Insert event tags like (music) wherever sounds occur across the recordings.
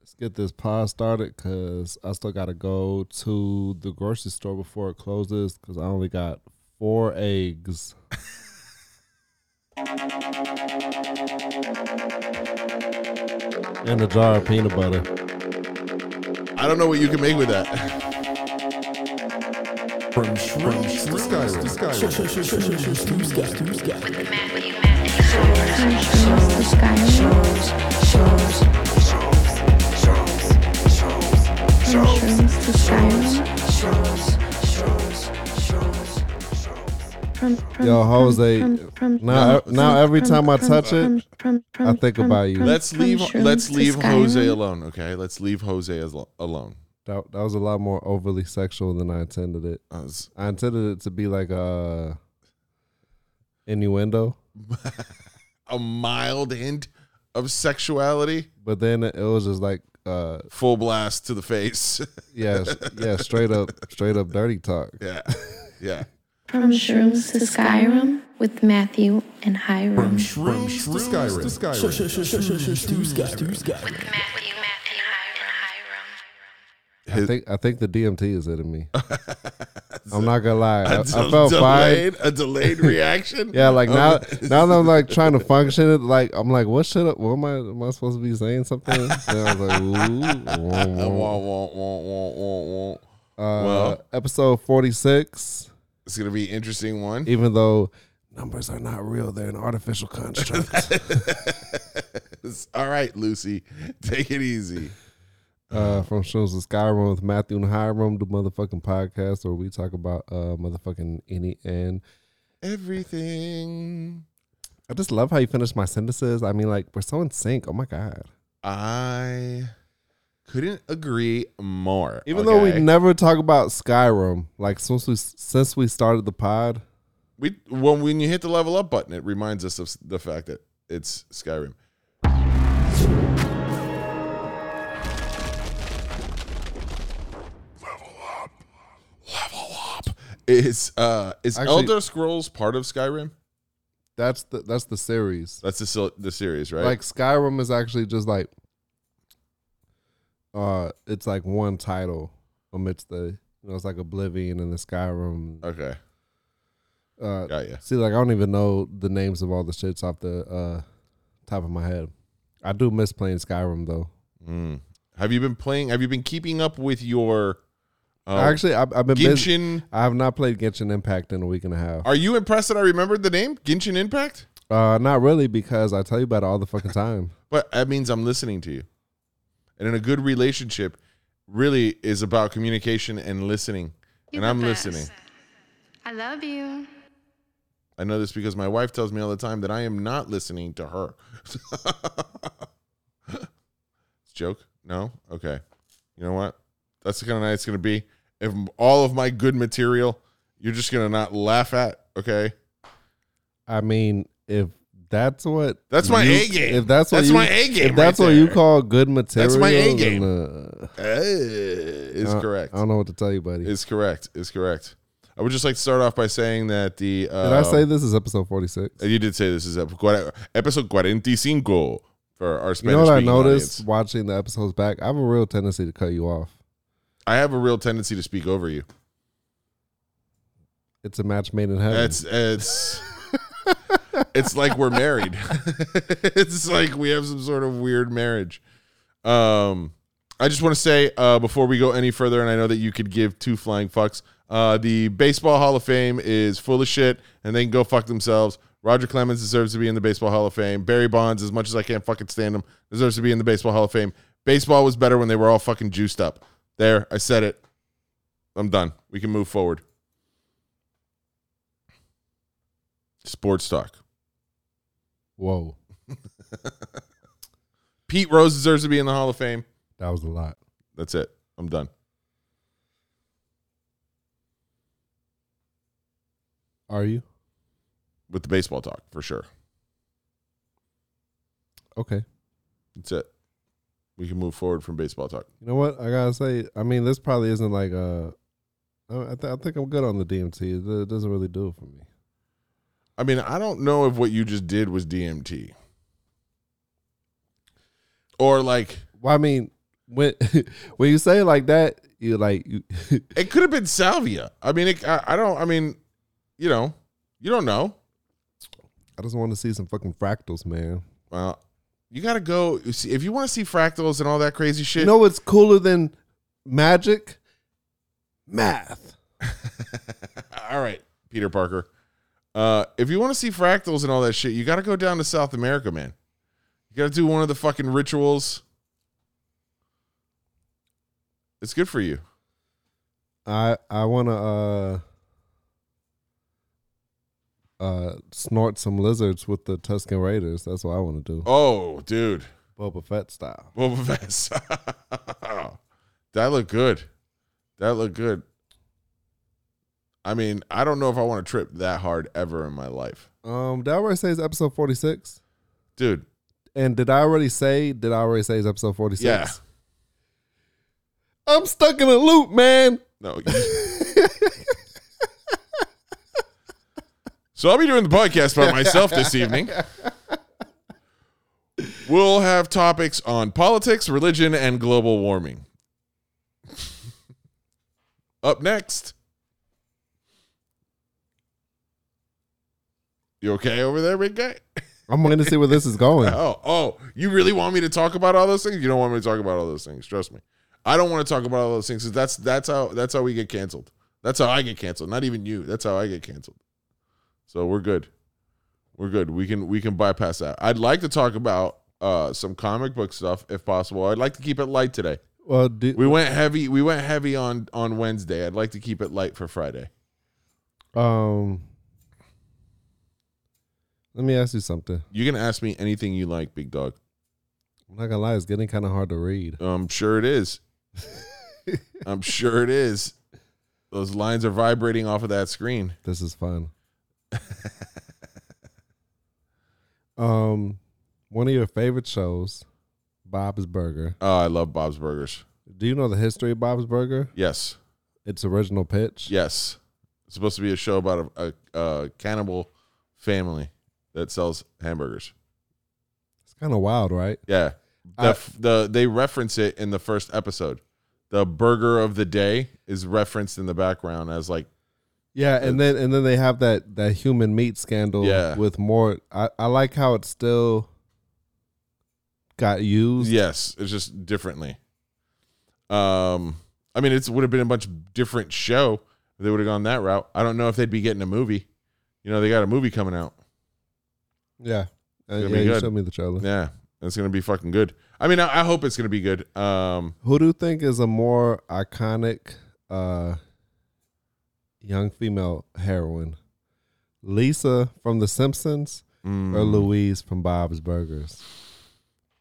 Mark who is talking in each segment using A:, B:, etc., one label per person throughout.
A: Let's get this pod started because I still got to go to the grocery store before it closes because I only got four eggs. and a jar of peanut butter.
B: I don't know what you can make with that.
C: From shrooms to Skyrim.
A: Yo, Jose, now- e- now every time I touch it, I
D: I
A: think about you.
B: Let's leave. Let's leave Jose alone. Okay. Let's leave Jose as- alone.
A: That, that was a lot more overly sexual than I intended it.
B: Uh, s-
A: I intended it to be like a innuendo,
B: A mild hint of sexuality,
A: but then it was just like, uh,
B: full blast to the face. (laughs)
A: yeah, s- yeah, straight up, straight up dirty talk.
B: yeah. Yeah.
D: From shrooms to Skyrim with Matthew and Hiram.
C: Shrooms to Skyrim.
D: Matthew, Matthew,
A: I think I think the DMT is hitting me. I'm not gonna lie, I, I
B: Del-
A: felt fine.
B: delayed,
A: (laughs)
B: a delayed reaction. Oh.
A: Yeah, like now, now that I'm like trying to function it, like I'm like, what should I, what am I am I supposed to be saying something? And I was like, ooh, wah,
B: Uh,
A: wah, wah.
B: (laughs) wah, wah, wah, wah, wah, wah.
A: Uh,
B: (laughs) Well.
A: episode 46.
B: It's gonna be an interesting one. (laughs)
A: Even though numbers are not real, they're an artificial construct.
B: All right, Lucy, take it easy.
A: uh, from shows of Skyrim with Matthew and Hiram, the motherfucking podcast where we talk about uh motherfucking any and
B: Everything
A: I just love how you finish my sentences. I mean, like we're so in sync. Oh my god!
B: I couldn't agree more.
A: Even though we
B: okay?
A: never talk about Skyrim, like since we since we started the pod,
B: we when when you hit the level up button, it reminds us of s- the fact that it's Skyrim. Level up, level up. Is uh is
A: Actually-
B: Elder Scrolls part of Skyrim?
A: that's the that's the series.
B: That's the sil- the series, right?
A: Like Skyrim is actually just like, uh, it's like one title amidst the you know it's like Oblivion and the Skyrim.
B: okay,
A: Uh,
B: got you.
A: See, like I don't even know the names of all the shits off the uh, top of my head. I do miss playing Skyrim though.
B: Mm. Have you been playing? Have you been keeping up with your um,
A: Actually, I've, I've been busy.
B: Genshin?
A: I have not played Genshin Impact in a week and a half.
B: Are you impressed that I remembered the name Genshin Impact?
A: Uh, not really, because I tell you about it all the fucking time.
B: But that means I'm listening to you. And in a good relationship, really is about communication and listening. and I'm listening.
D: I love you.
B: I know this because my wife tells me all the time that I am not listening to her. (laughs) it's a joke? No? Okay. You know what? That's the kind of night it's going to be. If all of my good material, you're just going to not laugh at, okay?
A: I mean, if that's what
B: That's my
A: you-
B: A game.
A: If that's what
B: That's
A: you,
B: my A game
A: If that's
B: right
A: what you
B: there.
A: call good material,
B: That's my A
A: then,
B: game.
A: uh,
B: Eh, Is
A: I-
B: correct.
A: I don't know what to tell you, buddy.
B: Is correct. Is correct. I would just like to start off by saying that the. Uh,
A: Did I say this is episode forty six?
B: Uh, You did say this is ep- cuara- episode 45 for our
A: You
B: Spanish.
A: know what I noticed
B: speaking audience.
A: watching the episodes back? I have a real tendency to cut you off.
B: I have a real tendency to speak over you.
A: It's a match made in heaven.
B: It's it's it's like we're married. (laughs) it's like we have some sort of weird marriage. Um, I just want to say uh, before we go any further, and I know that you could give two flying fucks. Uh, the Baseball Hall of Fame is full of shit, and they can go fuck themselves. Roger Clemens deserves to be in the Baseball Hall of Fame. Barry Bonds, as much as I can't fucking stand him, deserves to be in the Baseball Hall of Fame. Baseball was better when they were all fucking juiced up. There, I said it. I'm done. We can move forward. Sports talk.
A: Whoa,
B: Pete Rose deserves to be in the Hall of Fame.
A: that was a lot.
B: That's it. I'm done.
A: Are you
B: With the baseball talk for sure.
A: okay?
B: That's it. We can move forward from baseball talk.
A: You know what I gotta say? I mean, this probably isn't like uh, I, I th- I think I'm good on the DMT. It- It doesn't really do it for me.
B: I mean, I don't know if what you just did was DMT. Or like
A: Well, I mean, when (laughs) when you say it like that, you like you, (laughs)
B: It could have been salvia. I mean, it, I, I don't. I mean, you know, you don't know.
A: I just want to see some fucking fractals, man.
B: Well, you got to go you see, if you want to see fractals and all that crazy shit.
A: You know what's cooler than magic? Math.
B: (laughs) all right, Peter Parker. Uh, if you want to see fractals and all that shit, you got to go down to South America, man. You got to do one of the fucking rituals. It's good for you.
A: I I want to uh uh snort some lizards with the Tuscan Raiders. That's what I want to do.
B: Oh, dude. (laughs)
A: Boba Fett style.
B: Boba Fett. style. that looked good. That looked good. I mean, I don't know if I want to trip that hard ever in my life.
A: Um, did I already say it's episode forty six?
B: Dude,
A: And did I already say? Did I already say it's episode forty six?
B: Yeah.
A: I'm stuck in a loop, man.
B: no. so I'll be doing the podcast by myself this evening. We'll have topics on politics, religion, and global warming. Up next. You okay over there, big guy?
A: I'm waiting to see where this is going.
B: (laughs) Oh, oh, you really want me to talk about all those things? You don't want me to talk about all those things. Trust me, I don't want to talk about all those things. 'cause That's that's how that's how we get canceled. That's how I get canceled. Not even you. That's how I get canceled. So we're good. We're good. We can we can bypass that. I'd like to talk about uh some comic book stuff if possible. I'd like to keep it light today.
A: Well, do,
B: We went heavy. We went heavy on on Wednesday. I'd like to keep it light for Friday.
A: um, let me ask you something.
B: You can ask me anything you like, big dog.
A: I'm not gonna lie, it's getting kind of hard to read.
B: I'm sure it is. I'm sure it is. Those lines are vibrating off of that screen.
A: This is
B: (laughs)
A: fun. um, one of your favorite shows, Bob's Burger.
B: Oh, I love Bob's Burgers.
A: Do you know the history of Bob's Burger?
B: Yes,
A: Its original pitch.
B: yes. It's supposed to be a show about a, a, a cannibal family that sells hamburgers.
A: It's kind of wild, right?
B: Yeah, the,
A: I-
B: f- the they reference it in the first episode. The burger of the day is referenced in the background as like
A: Yeah, and then and then they have that that human meat scandal
B: Yeah.
A: with more. I, I like how it still got used.
B: Yes, it's just differently. Um, I mean, it would have been a much different show if they would have gone that route. I don't know if they'd be getting a movie. You know, they got a movie coming out.
A: Yeah, Uh,
B: It's gonna
A: yeah.
B: be
A: You
B: good.
A: showed me the trailer.
B: Yeah, it's gonna be fucking good. I mean, I, I hope it's gonna be good. Um,
A: Who do you think is a more iconic uh, young female heroine? Lisa from The Simpsons
B: mm,
A: or Louise from Bob's Burgers?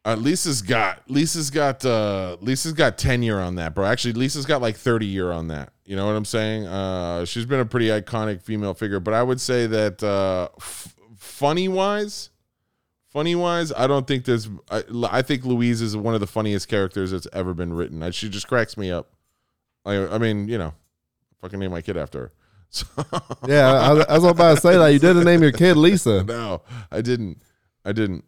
B: uh, Lisa's got Lisa's got uh, Lisa's got tenure on that, bro. Actually, Lisa's got like thirty year on that. You know what I'm saying? Uh, she's been a pretty iconic female figure, but I would say that uh, f- funny wise, funny wise, I don't think there's. I, I think Louise is one of the funniest characters that's ever been written. I, she just cracks me up. I, I mean, you know, fucking name my kid after her. (laughs) So
A: Yeah, I, I was- I was about to say that. You didn't name your kid
B: (laughs)
A: Lisa.
B: no, I didn't. I didn't.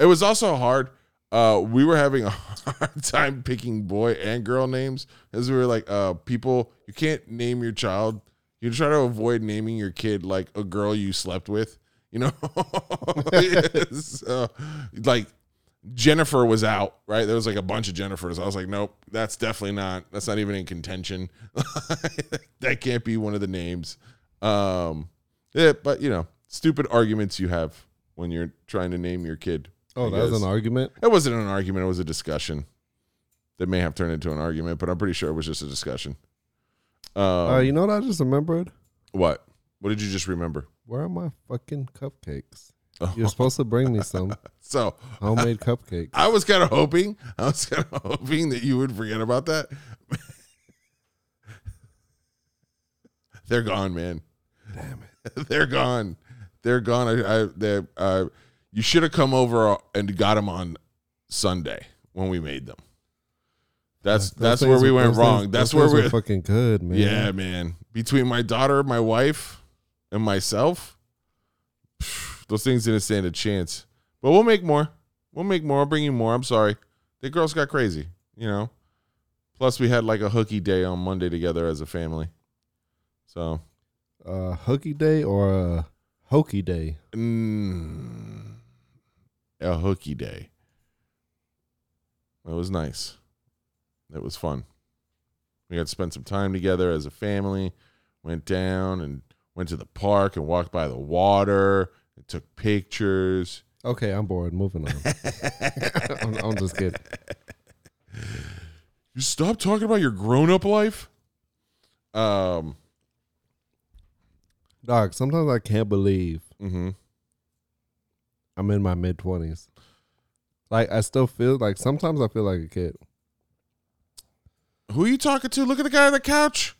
B: It was also hard. Uh, we were having a (laughs) hard time picking boy and girl names as we were like, uh, people, you can't name your child. You try to avoid naming your kid like a girl you slept with, you know? (laughs) So, like Jennifer was out, right? There was like a bunch of Jennifers. I was like, nope, that's definitely not. That's not even in contention. (laughs) that can't be one of the names. Um, yeah, but you know, stupid arguments you have when you're trying to name your kid.
A: Oh,
B: I
A: that was
B: guess.
A: an argument.
B: It wasn't an argument. It was a discussion that may have turned into an argument, but I'm pretty sure it was just a discussion. Um,
A: Uh, you know what I just remembered?
B: what? What did you just remember?
A: Where are my fucking cupcakes?
B: Oh.
A: You're supposed to bring me some
B: So
A: homemade cupcakes.
B: I was kind of hoping, I was kind of (laughs) hoping that you would forget about that. (laughs) They're gone, man. Damn it. (laughs) They're gone. They're gone. I, I, they, uh, you should have come over and got them on Sunday when we made them. That's
A: Those
B: (laughs) that's where
A: things
B: we
A: were-
B: went
A: those
B: wrong.
A: things-
B: that's
A: those
B: where
A: things
B: we
A: were fucking good, man.
B: yeah, man. Between my daughter, my wife, and myself, phew, those things didn't stand a chance. But we'll make more. We'll make more. I'll bring you more. I'm sorry. The girls got crazy. you know. Plus, we had like a hooky day on Monday together as a family. So,
A: Uh, hooky day or a hokey day?
B: mm, a hooky day. That was nice. That was fun. We got to spend some time together as a family. Went down and went to the park and walked by the water and took pictures.
A: Okay, I'm bored. Moving on. (laughs) I'm, I'm just kidding.
B: You stop talking about your grown up life? Um,
A: Dog, sometimes I can't believe
B: hmm
A: I'm in my mid 20s. Like, I still feel like sometimes I feel like a kid.
B: Who you talking to? Look at the guy on the couch.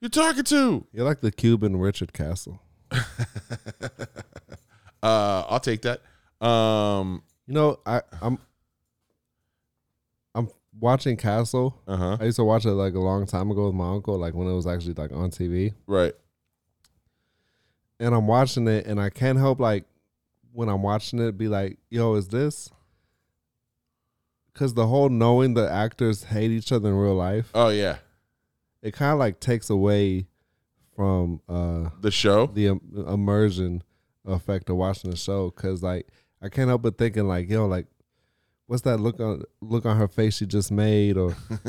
B: You're talking to.
A: You're like the Cuban Richard Castle.
B: Uh, I'll take that. Um,
A: You know, I, I'm I'm watching Castle.
B: uh huh.
A: I used to watch it like a long time ago with my uncle, like when it was actually like on TV.
B: Right.
A: And I'm watching it, and I can't help like when I'm watching it, be like, "Yo, is this?" Because the whole knowing the actors hate each other in real life,
B: Oh yeah.
A: it kind of like takes away from uh
B: The show.
A: the im- immersion effect of watching the show because like I can't help but thinking like yo like what's that look on look on her face she just made
B: (laughs)
A: or and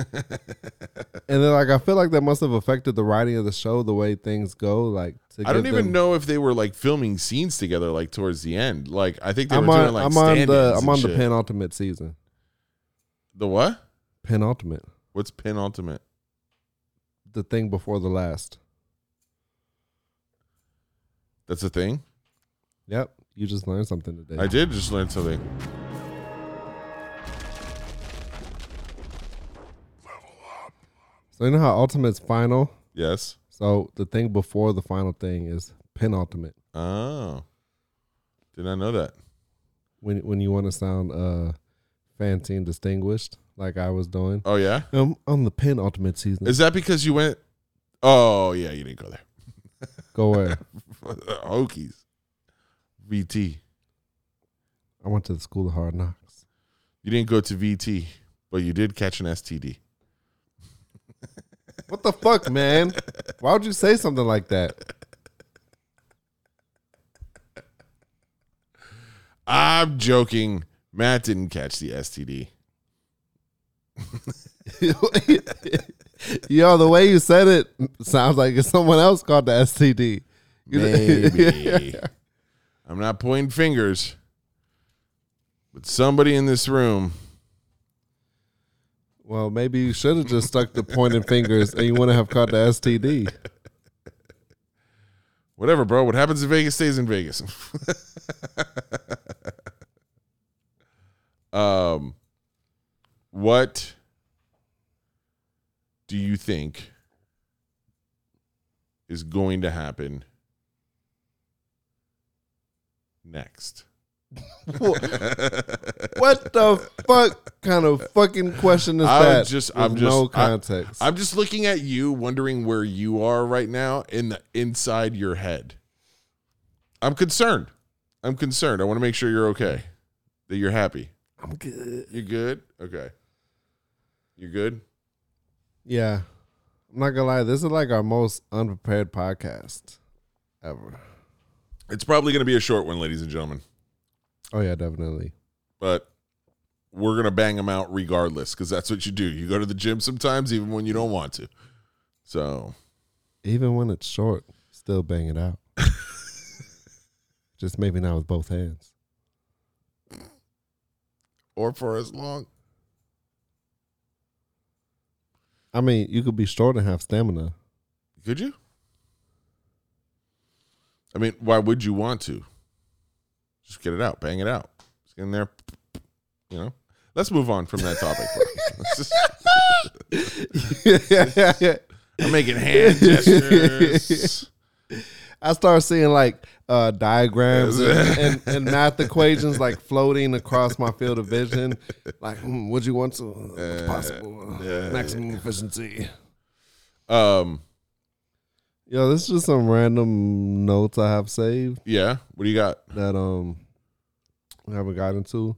A: then like I feel like that must have affected the writing of the show the way things go like to
B: I don't
A: give
B: even
A: them-
B: know if they were like filming scenes together, like towards the end. Like I think they
A: I'm
B: were
A: on
B: doing like
A: I'm on the
B: stand-ins
A: I'm on
B: and
A: the
B: shit.
A: penultimate season
B: The what?
A: penultimate
B: What's penultimate?
A: the thing before the last
B: That's a thing.
A: yep you just learned something today
B: I did just learn something.
A: so you know how ultimate's final
B: Yes.
A: so the thing before the final thing is penultimate
B: Oh. Did not know that.
A: when when you want to sound uh fancy and distinguished like I was doing.
B: Oh yeah.
A: Um, on the penultimate season.
B: Is that because you went? Oh yeah, you didn't go there. (laughs)
A: Go where?
B: Hokies. VT.
A: I went to the school of hard knocks.
B: You didn't go to VT, but you did catch an STD.
A: What the fuck, man? Why would you say something like that? (laughs)
B: I'm joking. Matt didn't catch the STD.
A: Yo, the way you said it sounds like it's someone else called the STD. You know-
B: Maybe. (laughs) I'm not pointing fingers, but somebody in this room.
A: well, maybe you should have just stuck the pointing fingers and you wouldn't have caught the STD.
B: Whatever, bro. What happens in Vegas stays in Vegas. (laughs) um, what do you think is going to happen next?
A: What the fuck kind of fucking question is
B: I
A: that?
B: just-
A: with
B: I'm just-
A: no
B: I-
A: context.
B: I'm just looking at you, wondering where you are right now in the inside your head. I'm concerned. I'm concerned. I want to make sure you're okay, that you're happy.
A: I'm good.
B: You good? Okay. You good?
A: Yeah. I'm not gonna lie, this is like our most unprepared podcast ever.
B: It's probably going to be a short one, ladies and gentlemen,
A: Oh yeah, definitely.
B: but we're going to bang them out regardless because that's what you do. You go to the gym sometimes, even when you don't want to. So
A: Even when it's short, still bang it
B: (laughs)
A: out. Just maybe not with both hands.
B: or for as long.
A: I mean, you could be short and have
B: (laughs)
A: stamina. (laughs)
B: Could you? I mean, why would you want to? Just get it out, bang it out. Just get in there, you know. Let's move on from that
A: (laughs)
B: topic. bro. Let's just- I'm making hand gestures.
A: I start seeing like uh, diagrams and, and, and math equations like floating across my field of vision. Like, hmm, would you want to? What's possible?
B: yeah.
A: Maximum efficiency.
B: Um,
A: Yo, this is just some random notes I have saved
B: yeah. What do you got?
A: that um I haven't gotten to.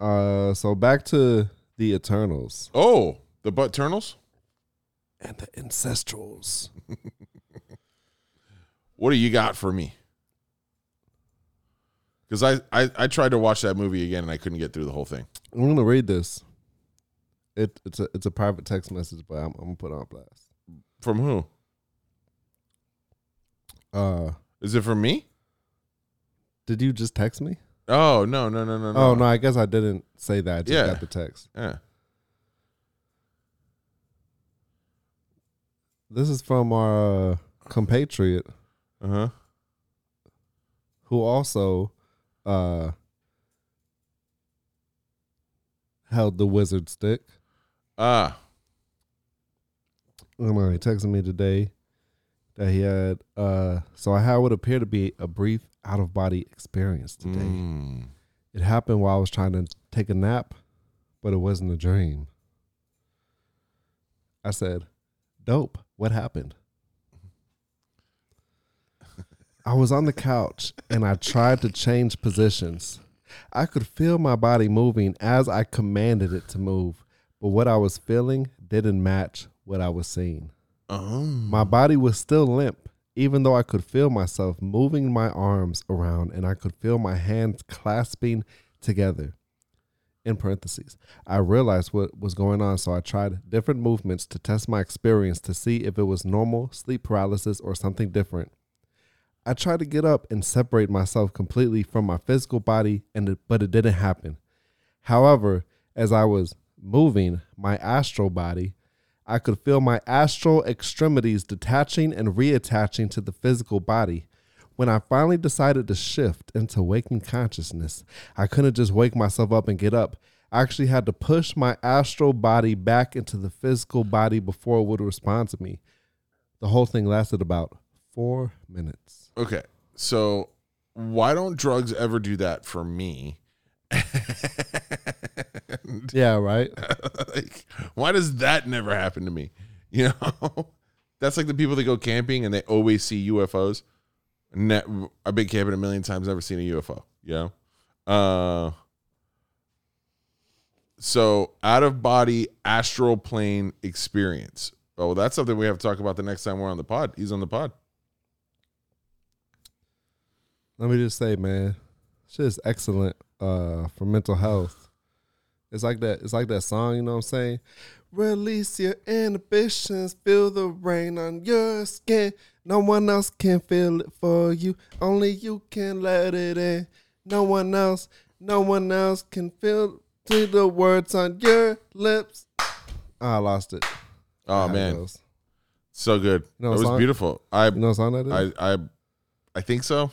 A: Uh so back to the Eternals
B: Oh, the butt turnals?
A: and the Ancestrals.
B: What do you got for me? Because I, I, I tried to watch that movie again and I couldn't get through the whole thing.
A: I'm gonna read this. It, it's a it's a private text message, but I'm, I'm gonna put it on blast.
B: From who?
A: Uh,
B: Is it from me?
A: did you just text me?
B: Oh no no no no no.
A: Oh no, I guess I didn't say that. I just
B: Yeah.
A: got the text.
B: Yeah.
A: This is from our uh, compatriot
B: Uh huh.
A: who also uh held the wizard stick.
B: Ah.
A: Oh no, he texted me today that he had uh so I had what appeared to be a brief out of body experience today.
B: Mm.
A: It happened while I was trying to take a nap, but it wasn't a dream. I said, Dope, what happened? I was on the couch and I tried to change positions. I could feel my body moving as I commanded it to move, but what I was feeling didn't match what I was seeing.
B: Um.
A: My body was still limp, even though I could feel myself moving my arms around and I could feel my hands clasping together. In parentheses, I realized what was going on, so I tried different movements to test my experience to see if it was normal sleep paralysis or something different. I tried to get up and separate myself completely from my physical body, and it, but it didn't happen. However, as I was moving my astral body, I could feel my astral extremities detaching and reattaching to the physical body. When I finally decided to shift into waking consciousness, I couldn't just wake myself up and get up. I actually had to push my astral body back into the physical body before it would respond to me. The whole thing lasted about four minutes.
B: Okay. So why don't drugs ever do that for me? (laughs)
A: Yeah, right?
B: like, why does that never happen to me? (laughs) You know, that's like the people that go camping and they always see UFOs. Ne- I've been camping a million times, never seen a UFO. You know, uh, so out of body astral plane experience. Oh, that's something we have to talk about the next time we're on the pod. He's on the pod.
A: Let me just say, man, shit is excellent uh, for mental health. It's like that. It's like that song. You know what I'm saying? Release your inhibitions. Feel the rain on your skin. No one else can feel it for you. Only you can let it in. No one else. No one else can feel to the words on your lips. Ah, I lost it.
B: Oh
A: How it
B: man,
A: goes.
B: so good.
A: No,
B: that was
A: song-
B: beautiful. I,
A: you know what song that is?
B: I, I, I think so.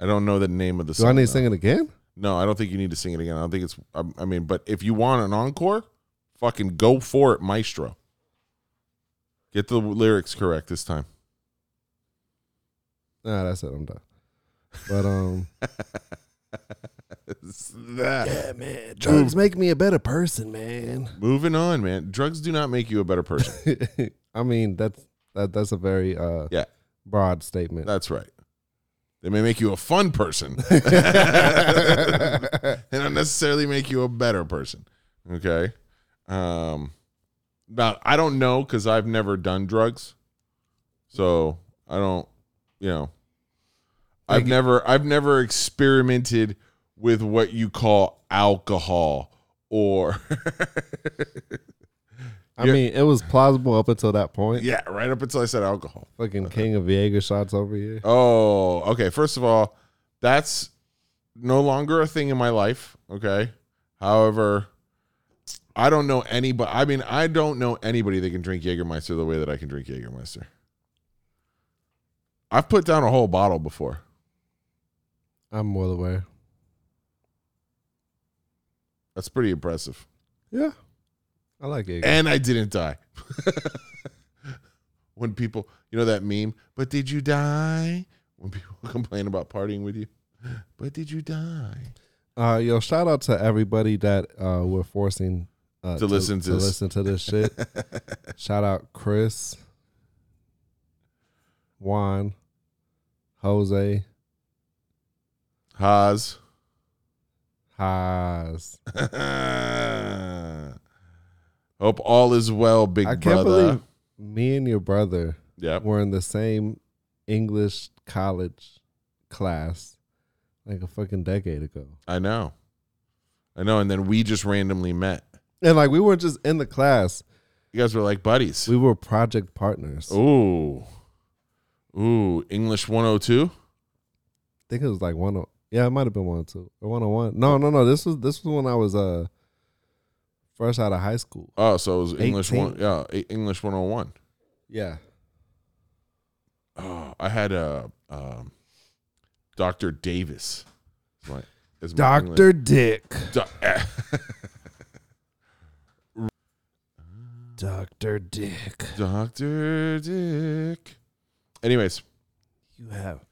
B: I don't know the name of the
A: Do
B: song.
A: I need to
B: though.
A: sing it again?
B: No, I don't think you need to sing it again. I don't think it's. I, I mean, but if you want an encore, fucking go for it, Maestro. Get the lyrics correct this time.
A: Nah, that's it. I'm done. But um.
B: (laughs) That.
A: man, drugs make me a better person, man.
B: Moving on, man. Drugs do not make you a better person.
A: (laughs) I mean, that's that, that's a very uh,
B: Yeah.
A: broad statement.
B: That's right. They may make you a fun person. (laughs) they don't necessarily make you a better person. Okay. Um now I don't know because I've never done drugs. So I don't, you know. I've never I've never experimented with what you call alcohol or (laughs)
A: I mean, it was plausible up until that point.
B: yeah, right up until I said alcohol.
A: Fucking king of Jaeger shots over here.
B: Oh, okay. First of all, that's no longer a thing in my life. Okay. However, I don't know any, but I mean, I don't know anybody that can drink Jägermeister the way that I can drink Jägermeister. I've put down a whole bottle before.
A: I'm well aware.
B: That's pretty impressive.
A: Yeah, I like Jaeger.
B: And I didn't die. (laughs) when people, you know that meme, but did you die? When people (laughs) complain about partying with you, but did you die?
A: Uh, yo, shout out to everybody that uh, we're forcing uh,
B: To listen to this.
A: listen to this
B: (laughs)
A: shit. shout out Chris, Juan, Jose,
B: Haas. (laughs)
A: Haas.
B: Hope all is well, big
A: I can't
B: brother.
A: believe me and your brother
B: Yeah,
A: were in the same English college class like a fucking decade ago.
B: I know. I know. And then we just randomly met.
A: And like we weren't just in the class,
B: You guys were like buddies.
A: we were project partners.
B: Oh.
A: I
B: Ooh. Ooh, English 102?
A: think it was like one o- yeah, it might have been one or two or one on one. No, no, no. This was this was when I was uh fresh out of high school.
B: Oh, so it was English
A: 18.
B: one. Yeah, E- English 101.
A: Yeah.
B: Oh, I had a um, Dr. Davis. as my- as my
A: Doctor
B: English-
A: Dick. Doctor Dick.
B: Do- Dr. Dick. Anyways,
A: You have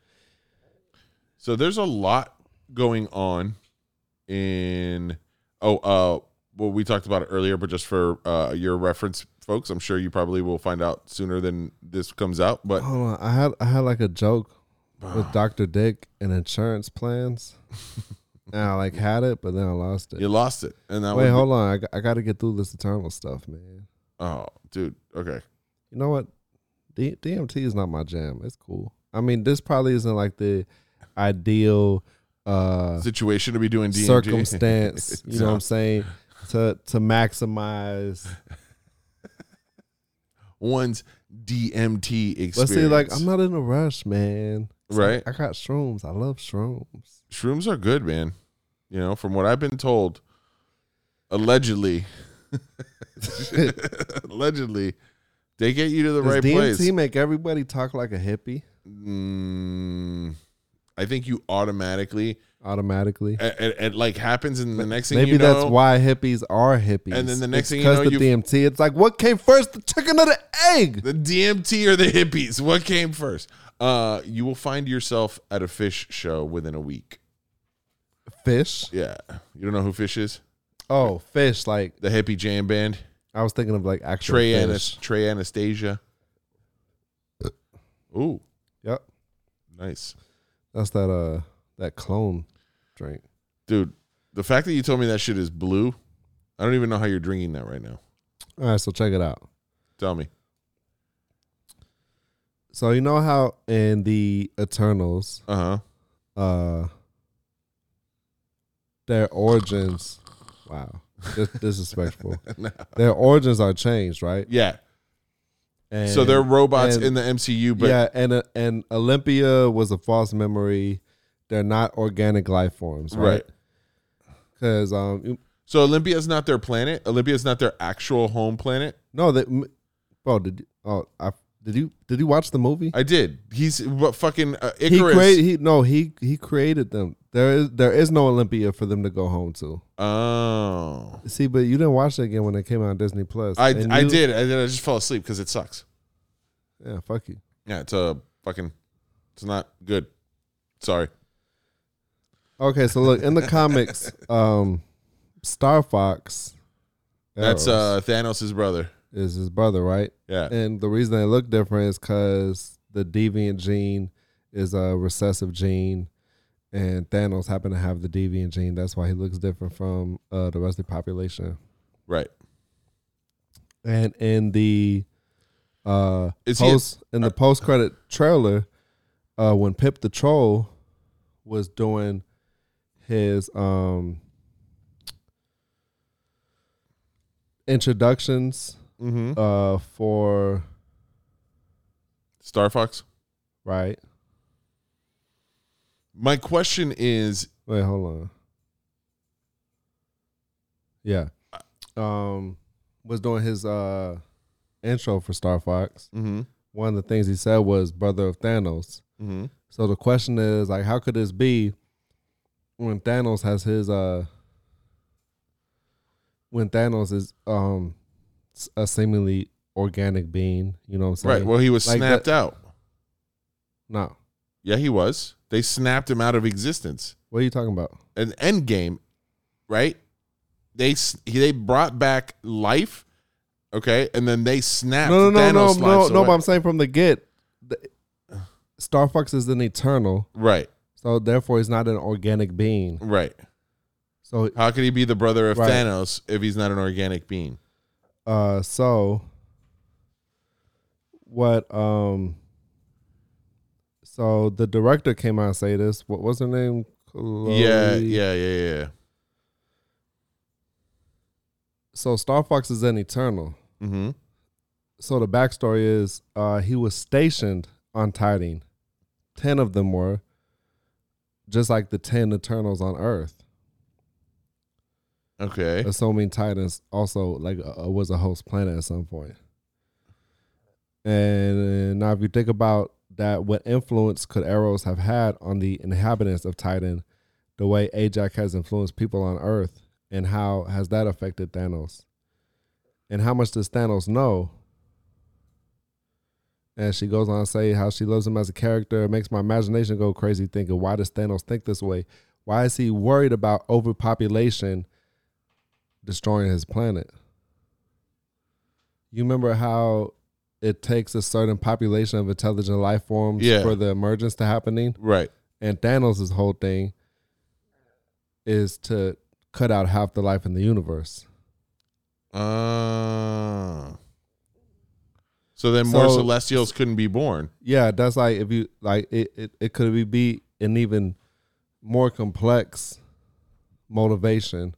B: So there's a lot going on in oh uh well we talked about it earlier, but just for uh your reference, folks, I'm sure you probably will find out sooner than this comes out.
A: (gasps)
B: But
A: Hold on. I had I had like a joke with Dr. Dick and insurance plans.
B: (laughs)
A: and I like had it, but then I lost it.
B: you lost it. And that
A: Wait,
B: would
A: hold on. I, g- I got to get through this eternal stuff, man.
B: be- oh dude, okay.
A: You know what? D- DMT is not my jam. It's cool. I mean, this probably isn't like the ideal uh
B: Situation to be doing DMG. (laughs)
A: circumstance, you know
B: No.
A: what I'm saying, to to maximize.
B: One's DMT experience.
A: Let's say like I'm not in a rush, man. It's like,
B: Right.
A: I got shrooms. I love shrooms.
B: shrooms are good, man. You know, from what I've been told, allegedly (laughs) allegedly they get you to the
A: Does
B: right
A: DMT
B: place.
A: make everybody talk like a hippie
B: Mm, I think you automatically
A: automatically?
B: it, it, it like happens, and the next thing
A: Maybe
B: you know,
A: that's why hippies are hippies.
B: And then the next
A: It's
B: thing you
A: 'cause
B: know,
A: the
B: you've-
A: DMT. It's like what came first, the chicken or the egg?
B: the DMT or the hippies. What came first? Uh, you will find yourself at a fish show within a week.
A: Fish.
B: Yeah, you don't know who Fish is?
A: Oh, fish. Like
B: The hippie jam band.
A: I was thinking of like actual
B: Trey Anas,
A: fish.
B: Trey Anastasia. Uh, Ooh,
A: Yep,
B: nice,
A: that's that uh that clone drink.
B: dude. The fact that you told me that shit is blue, I don't even know how you're drinking that right now.
A: All right, so check it out.
B: Tell me.
A: So you know how in the Eternals,
B: Uh huh.
A: uh, their origins. Wow, this
B: (laughs)
A: disrespectful. Their origins are changed, right?
B: Yeah.
A: And,
B: so they're robots
A: and-
B: in the MCU, but
A: yeah, and uh, and Olympia was a false memory. They're not organic life forms, right?
B: Right.
A: Because um, you-
B: So Olympia's not their planet. Olympia's not their actual home planet.
A: no, that m- bro, did you, oh, I, did you did you watch the movie?
B: I did. He's what fucking uh,
A: he
B: Icarus.
A: created he no he he created them. There is there is no Olympia for them to go home to.
B: oh,
A: See, but you didn't watch it again when it came out on Disney Plus.
B: I
A: And
B: I
A: you-
B: did. I did. I just fell asleep because it sucks.
A: Yeah, fuck you.
B: Yeah, it's a fucking. It's not good. Sorry.
A: Okay, so look in the
B: (laughs)
A: comics, um, Star Fox.
B: That's
A: Eros
B: uh Thanos' brother.
A: is his brother, right?
B: Yeah.
A: And the reason they look different is because the deviant gene is a recessive gene, and Thanos happened to have the deviant gene. That's why he looks different from uh, the rest of the population.
B: Right.
A: And in the uh,
B: Is he a-
A: post in the post credit trailer, uh, when Pip the Troll was doing his um, introductions
B: Mm-hmm.
A: uh, for
B: Star Fox.
A: right.
B: My question is,
A: Wait, hold on. Yeah. Um was doing his uh intro for Star Fox.
B: mm-hmm,
A: One of the things he said was brother of Thanos.
B: mm-hmm.
A: So the question is like how could this be when Thanos has his uh when Thanos is um s- a seemingly organic being, you know what I'm saying?
B: right. Well, he was
A: like
B: snapped out.
A: no.
B: Yeah, he was. They snapped him out of existence.
A: What are you talking about?
B: an end game, right? They s- he- they brought back life, okay, and then they snapped.
A: no, no, no, no,
B: Thanos'
A: no,
B: lives
A: no.
B: away.
A: But I'm saying from the get,
B: (sighs)
A: the, Star Fox is an eternal,
B: right,
A: so therefore he's not an organic being.
B: right.
A: So
B: How could he be the brother of
A: Right.
B: Thanos if he's not an organic being?
A: uh so what um so the director came out and say this. What was her name? Chloe-
B: Yeah, yeah, yeah, yeah.
A: So Star Fox is an Eternal.
B: Mm-hmm.
A: So the backstory is uh, he was stationed on Tiding. Ten of them were, just like the ten Eternals on Earth.
B: Okay.
A: assuming Titans also like uh, was a host planet at some point. And now, if you think about that, what influence could Arrows have had on the inhabitants of Titan? The way Ajax has influenced people on Earth, and how has that affected Thanos? And how much does Thanos know? And she goes on to say how she loves him as a character. It makes my imagination go crazy thinking, why does Thanos think this way? Why is he worried about overpopulation destroying his planet. You remember how it takes a certain population of intelligent life forms
B: Yeah.
A: for the emergence to happening?
B: Right.
A: And Thanos' whole thing is to cut out half the life in the universe.
B: Uh, so then more
A: So-
B: Celestials couldn't be born.
A: Yeah, that's like if you like it it, it could be be an even more complex motivation.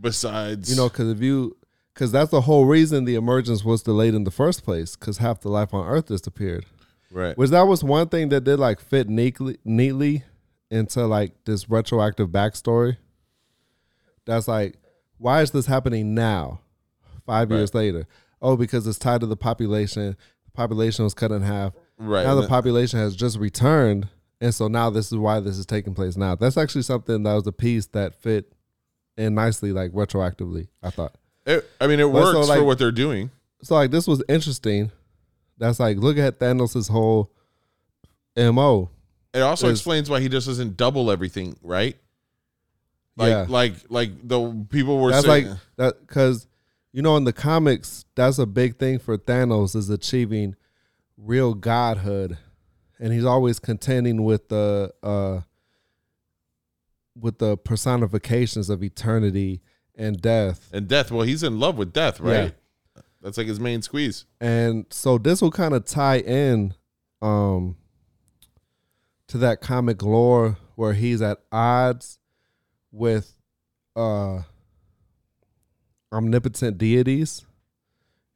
B: Besides,
A: You know, cuz if you cuz that's the whole reason the emergence was delayed in the first place cuz half the life on earth disappeared.
B: right?
A: Which that was one thing that did like fit neatly neatly into like this retroactive backstory. That's like, why is this happening now, five years later? Oh, because it's tied to the population. The population was cut in half.
B: Right.
A: Now
B: and
A: the
B: that-
A: population has just returned. And so now this is why this is taking place now. That's actually something that was a piece that fit in nicely, like retroactively, I thought.
B: it, I mean, it
A: Well,
B: works
A: so,
B: for
A: like-
B: what they're doing.
A: So like this was interesting. That's like look at Thanos' whole MO.
B: It also
A: There's-
B: explains why he just doesn't double everything, right? Like,
A: Yeah.
B: like, like the people were
A: that's
B: saying,
A: like that because you know in the comics that's a big thing for thanos is achieving real godhood and he's always contending with the uh with the personifications of eternity and death
B: and death. Well, he's in love with death, right?
A: Yeah.
B: That's like his main squeeze.
A: and so this will kind of tie in um to that comic lore where he's at odds with uh omnipotent deities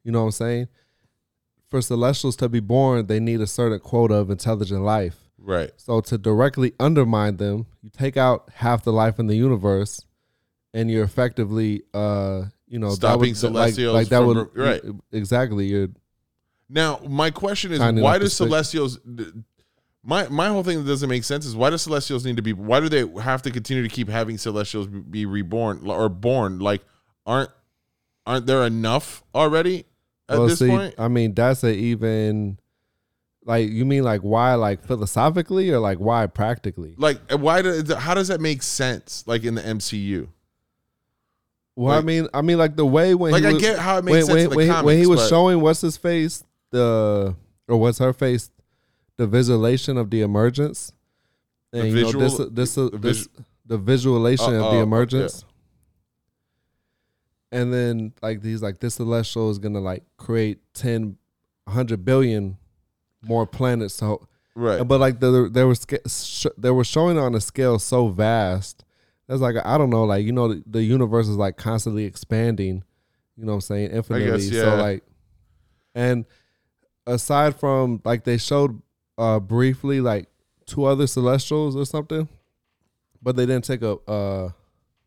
A: you know what i'm saying for celestials to be born they need a certain quota of intelligent life
B: Right.
A: so to directly undermine them, you take out half the life in the universe, and you're effectively, uh, you know,
B: Stopping
A: that would, like-
B: Celestials
A: like, that
B: from-
A: would e-,
B: right.
A: exactly. You're
B: Now, my question is,
A: Tiny
B: why
A: enough
B: do
A: to fit.
B: Celestials? d- My my whole thing that doesn't make sense is why do Celestials need to be? Why do they have to continue to keep having Celestials b- be reborn or born? Like, aren't aren't there enough already at
A: well,
B: this
A: see,
B: point?
A: I mean, that's a even like you mean like why like philosophically or like why practically?
B: Like, uh, why does how does that make sense? Like in the MCU,
A: Well,
B: like-
A: I mean, I mean like the way when
B: like
A: he
B: I
A: was,
B: get how it
A: when,
B: makes sense
A: when,
B: in the
A: when,
B: comics,
A: he- when he was
B: but-
A: showing what's his face the or what's her face the visualization of the emergence and
B: The
A: you know this
B: visual-
A: this,
B: the
A: this
B: visu-
A: the visualization
B: Uh,
A: of the
B: uh,
A: emergence and then like these like this celestial is gonna like create 10 100 billion more planets so
B: right,
A: but like the, they were sca- sh- they were showing on a scale so vast. That's like I don't know, like you know, the, the universe is like constantly expanding. You know what I'm saying? Infinitely.
B: yeah.
A: So like, and aside from like they showed uh briefly like two other celestials or something, but they didn't take a uh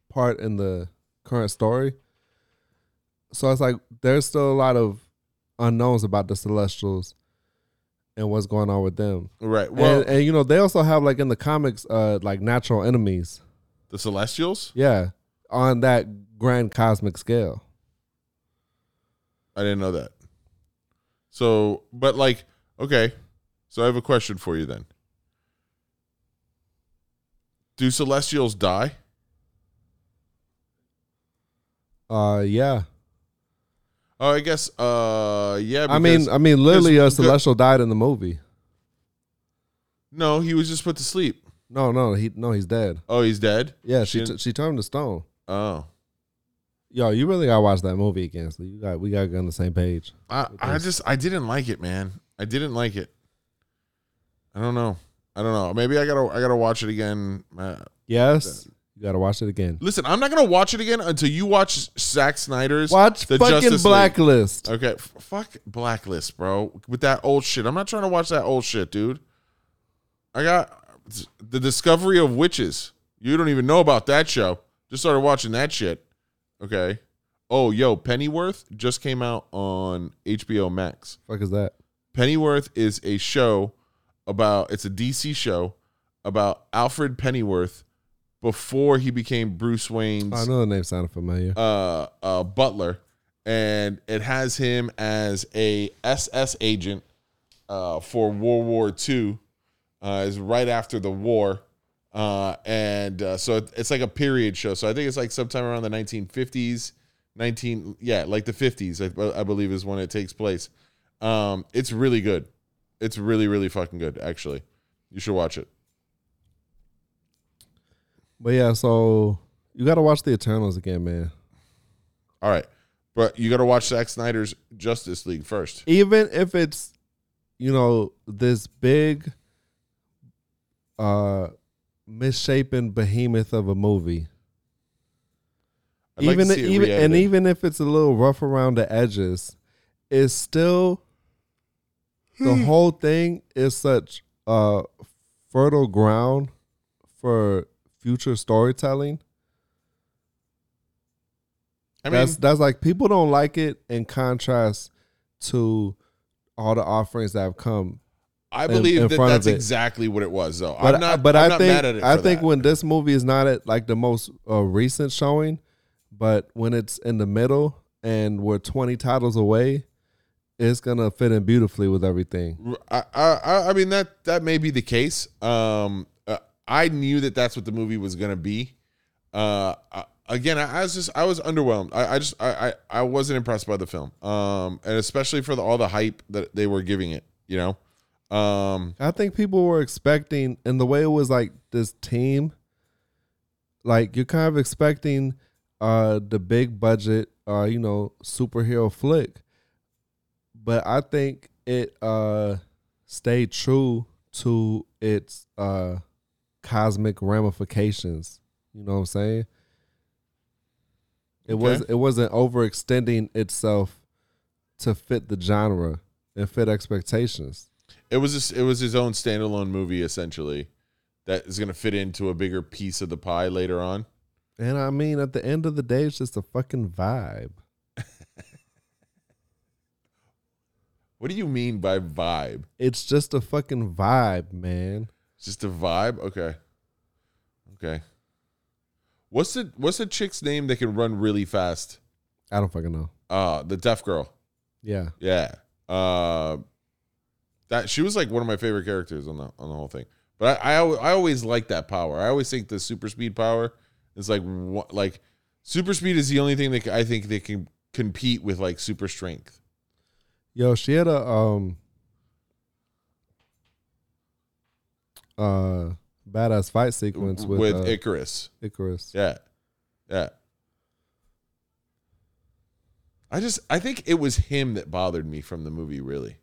A: part in the current story. So it's like there's still a lot of unknowns about the celestials and what's going on with them
B: right. Well,
A: and, and you know they also have like in the comics uh like natural enemies
B: the Celestials.
A: yeah on that grand cosmic scale
B: I didn't know that. So, but like, okay. So I have a question for you then. Do celestials die?
A: uh yeah
B: Oh, I guess. Uh, yeah.
A: i mean
B: because-
A: i mean literally a
B: because-
A: celestial died in the movie
B: no, he was just put to sleep.
A: no no he no he's dead
B: Oh, he's dead.
A: yeah she
B: She-
A: t- she turned to stone
B: Oh,
A: Yo, you really gotta watch that movie again. So you got we gotta get on the same page.
B: I I just I didn't like it, man. I didn't like it. I don't know. I don't know. Maybe I gotta I gotta watch it again. Uh,
A: Yes, you gotta watch it again.
B: listen, I'm not gonna watch it again until you watch Zack Snyder's
A: Watch
B: The
A: fucking
B: Justice League.
A: Blacklist.
B: Okay, f- fuck Blacklist, bro. With that old shit. I'm not trying to watch that old shit, dude. I got The Discovery of Witches. You don't even know about that show. Just started watching that shit. Okay. Oh, yo, Pennyworth just came out on HBO Max.
A: Fuck is that?
B: Pennyworth is a show about it's a DC show about Alfred Pennyworth before he became Bruce Wayne's
A: Oh, I know the name sounded familiar.
B: uh, uh, butler, and it has him as a SS agent uh, for World War II. Uh, is right after the war, uh, and uh, so it- it's like a period show. So I think it's like sometime around the 1950s, 19 yeah, like the 50s. I, I believe is when it takes place. Um, it's really good. It's really really fucking good. Actually, you should watch it.
A: but yeah, so you gotta watch the Eternals again, man.
B: All right, but you got to watch Zack Snyder's Justice League first.
A: Even if it's you know this big, uh, misshapen behemoth of a movie.
B: I'd like to
A: even
B: see it
A: even and
B: re-edited.
A: even if it's a little rough around the edges, it's still the whole thing is such uh fertile ground for future storytelling.
B: I mean,
A: that's that's like people don't like it in contrast to all the offerings that have come.
B: I
A: in-
B: believe
A: in
B: that
A: front of
B: that's
A: it.
B: exactly what it was, though.
A: But
B: I'm not,
A: but
B: I'm
A: i
B: not
A: think
B: mad at it.
A: I
B: for
A: think
B: that.
A: when this movie is not at like the most uh, recent showing, but when it's in the middle and we're twenty titles away, it's gonna fit in beautifully with everything.
B: I, I, I- I mean that that may be the case. Um, uh, I knew that that's what the movie was gonna be. Uh, I, again, I, I was just I was underwhelmed. I, I just I, I I wasn't impressed by the film. Um, and especially for the, all the hype that they were giving it. You know, um,
A: I think people were expecting, and the way it was like this team, like you're kind of expecting uh the big budget, uh, you know, superhero flick. But I think it uh stayed true to its uh cosmic ramifications. You know what I'm saying? It was
B: Okay.
A: it wasn't overextending itself to fit the genre and fit expectations.
B: it was just, it was his own standalone movie essentially that is gonna fit into a bigger piece of the pie later on.
A: And I mean, at the end of the day, it's just a fucking vibe.
B: What do you mean by vibe?
A: It's just a fucking vibe, man.
B: It's Just a vibe. Okay. Okay. What's the What's the chick's name that can run really fast?
A: I don't fucking know.
B: Uh, the deaf girl.
A: Yeah.
B: Yeah. Uh, that she was like one of my favorite characters on the on the whole thing. But I I, al- I always like that power. I always think the super speed power is like what like super speed is the only thing that c- I think that can compete with like super strength.
A: Yo, she had a um uh badass fight sequence with,
B: with
A: uh,
B: Icarus.
A: Icarus.
B: Yeah. Yeah. I just I think it was him that bothered me from the movie really.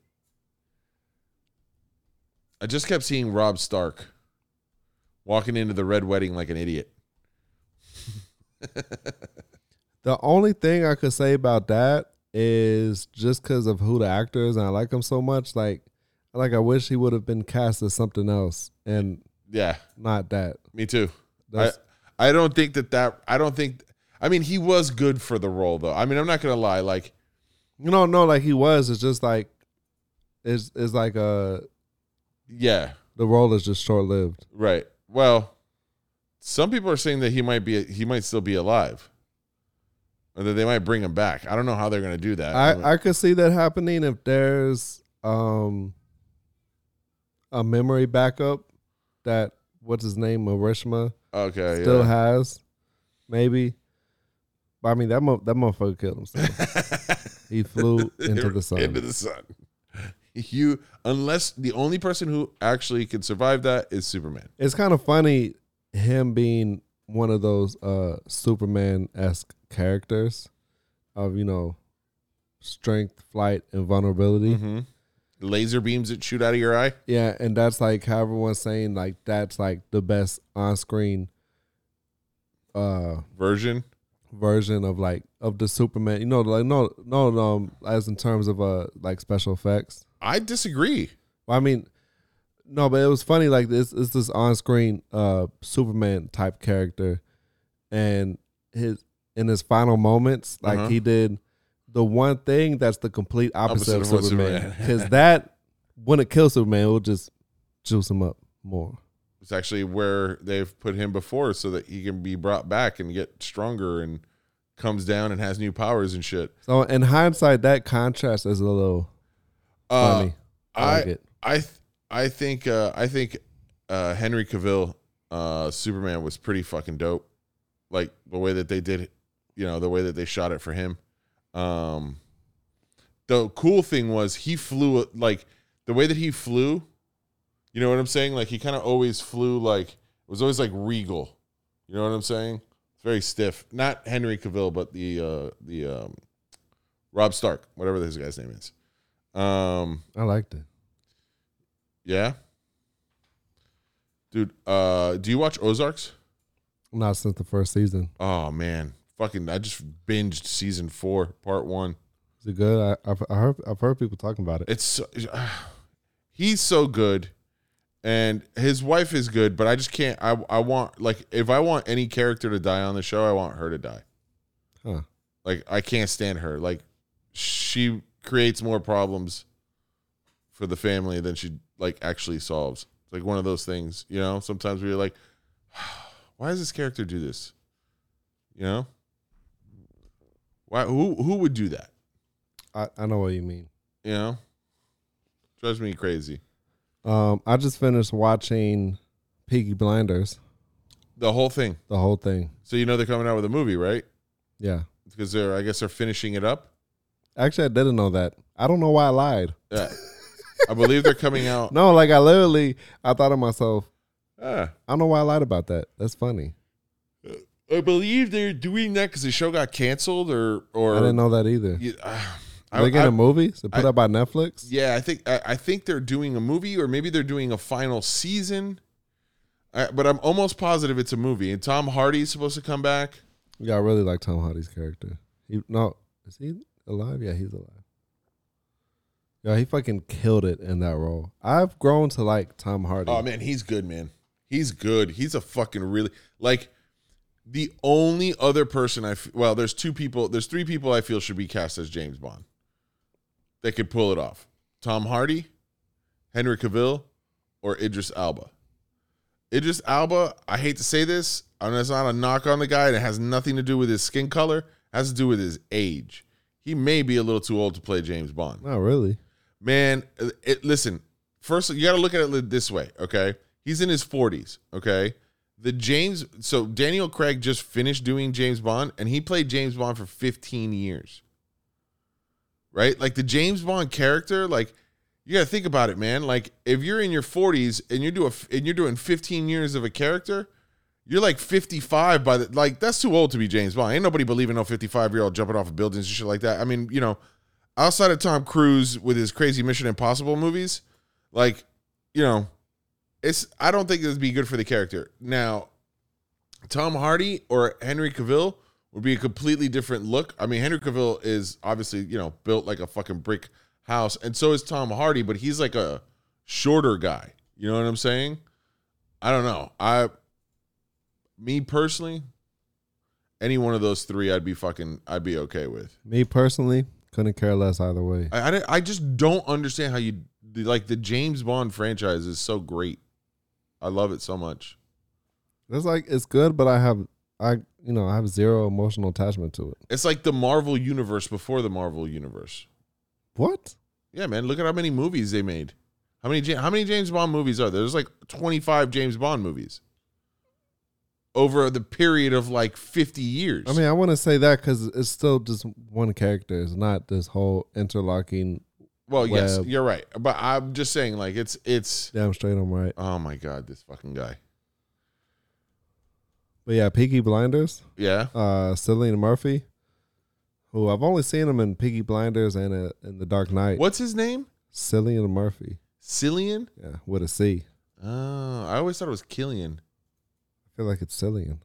B: I just kept seeing Rob Stark walking into the red wedding like an idiot.
A: The only thing I could say about that is just because of who the actor is and I like him so much, like like I wish he would have been cast as something else and
B: Yeah,
A: not that.
B: me too. I
A: That's-
B: I don't think that that I don't think I mean he was good for the role though. I mean I'm not going to lie like
A: You don't know like he was, it's just like it's it's like a
B: yeah,
A: the role is just short lived.
B: right. Well, some people are saying that he might be he might still be alive. Or that they might bring him back. I don't know how they're going to do that. don't-
A: I, I could see that happening if there's um a memory backup that what's his name Marishma
B: Okay.
A: still
B: (laughs) yeah.
A: has, maybe. But I mean that mo- that motherfucker killed himself.
B: (laughs)
A: he flew into the sun.
B: Into the sun. You unless the only person who actually can survive that is Superman.
A: it's kind of funny him being one of those uh Superman esque characters of you know strength, flight, and vulnerability.
B: Mhm. Laser beams that shoot out of your eye.
A: Yeah, and that's like how everyone's saying like that's like the best on screen uh
B: Version.
A: version of like of the Superman. You know, like no no um as in terms of uh like special effects.
B: I disagree.
A: Well, I mean, no, but it was funny. Like this, it's this on-screen uh, Superman type character, and his in his final moments, like
B: Uh-huh.
A: he did the one thing that's the complete opposite,
B: Opposite of
A: of
B: what
A: Superman,
B: Superman- (laughs)
A: because that wouldn't kill Superman, it will just juice him up more.
B: It's actually where they've put him before so that he can be brought back and get stronger and comes down and has new powers and shit.
A: So in hindsight, that contrast is a little
B: Uh,
A: funny. I,
B: I-
A: like it.
B: I th- I think uh, I think uh, Henry Cavill uh, Superman was pretty fucking dope. Like the way that they did, it, you know, the way that they shot it for him. Um, the cool thing was he flew like the way that he flew. You know what I'm saying? Like he kind of always flew like it was always like regal. You know what I'm saying? It's very stiff. Not Henry Cavill, but the uh, the um, Rob Stark, whatever this guy's name is. Um,
A: I liked it.
B: yeah. Dude, uh, do you watch Ozarks?
A: Not since the first season.
B: Oh man, fucking! I just binged season four, part one.
A: Is it good? I, I've, I heard, I've heard people talking about it.
B: It's so, (sighs) he's so good, and his wife is good, but I just can't. I I want like if I want any character to die on the show, I want her to die.
A: Huh.
B: Like I can't stand her. Like she creates more problems for the family than she like actually solves. It's like one of those things, you know. Sometimes we're like, (sighs) why does this character do this? You know, why who who would do that?
A: I, I know what you mean.
B: You know, drives me crazy.
A: Um, I just finished watching Peaky Blinders,
B: The whole thing.
A: the whole thing.
B: So you know they're coming out with a movie, right?
A: Yeah.
B: Because they're I guess they're finishing it up.
A: Actually, I didn't know that. I don't know why I lied. (laughs)
B: Yeah. I believe they're coming out.
A: No, like I literally, I thought to myself,
B: Ah.
A: I don't know why I lied about that. That's funny.
B: I believe they're doing that because the show got canceled or or
A: I didn't know that either.
B: (sighs) Yeah, uh,
A: Are they
B: I,
A: getting
B: I,
A: a movie? Is it put
B: I-
A: up by Netflix?
B: yeah, I think I, I think they're doing a movie or maybe they're doing a final season. I, but I'm almost positive it's a movie. And Tom Hardy's supposed to come back.
A: Yeah, I really like Tom Hardy's character. He no, is he alive? Yeah, he's alive. Yeah, he fucking killed it in that role. I've grown to like Tom Hardy.
B: Oh man, he's good, man. He's good. He's a fucking really like the only other person I f- well, there's two people, there's three people I feel should be cast as James Bond that could pull it off: Tom Hardy, Henry Cavill, or Idris Alba. Idris Alba, I hate to say this, I mean, it's not a knock on the guy, and it has nothing to do with his skin color. It has to do with his age. He may be a little too old to play James Bond
A: Not really.
B: man it, listen first you got to look at it this way okay he's in his 40s okay the james so daniel craig just finished doing james bond and he played james bond for 15 years right like the james bond character like you got to think about it man like if you're in your 40s and you do a and you're doing 15 years of a character you're like 55 by the like that's too old to be james bond ain't nobody believing no 55 year old jumping off of buildings and shit like that i mean you know outside of Tom Cruise with his crazy Mission Impossible movies, like, you know, it's I don't think it would be good for the character. Now, Tom Hardy or Henry Cavill would be a completely different look. I mean, Henry Cavill is obviously, you know, built like a fucking brick house, and so is Tom Hardy, but he's like a shorter guy. You know what I'm saying? I don't know. I me personally, any one of those three I'd be fucking I'd be okay with.
A: Me personally, couldn't care less either way.
B: I, I, don't- I just don't understand how you the- like the James Bond franchise is so great. I love it so much.
A: It's like it's good, but I have I you know I have zero emotional attachment to it.
B: It's like the Marvel universe before the Marvel universe.
A: What?
B: Yeah, man, look at how many movies they made. How many Ja- how many James Bond movies are there? There's like 25 James Bond movies over the period of like 50 years.
A: I mean, I want to say that because it's still just one character. It's not this whole interlocking.
B: well, yes,
A: well-
B: you're right. But I'm just saying like it's oh it's
A: Damn straight, I'm right.
B: oh my god, this fucking guy.
A: But yeah, Peaky Blinders,
B: Yeah.
A: uh, Cillian Murphy, who I've only seen him in Peaky Blinders and uh, in The Dark Knight.
B: What's his name?
A: Cillian Murphy,
B: Cillian?
A: yeah, with a C.
B: Oh, I always thought it was Killian.
A: I feel like it's Cillian.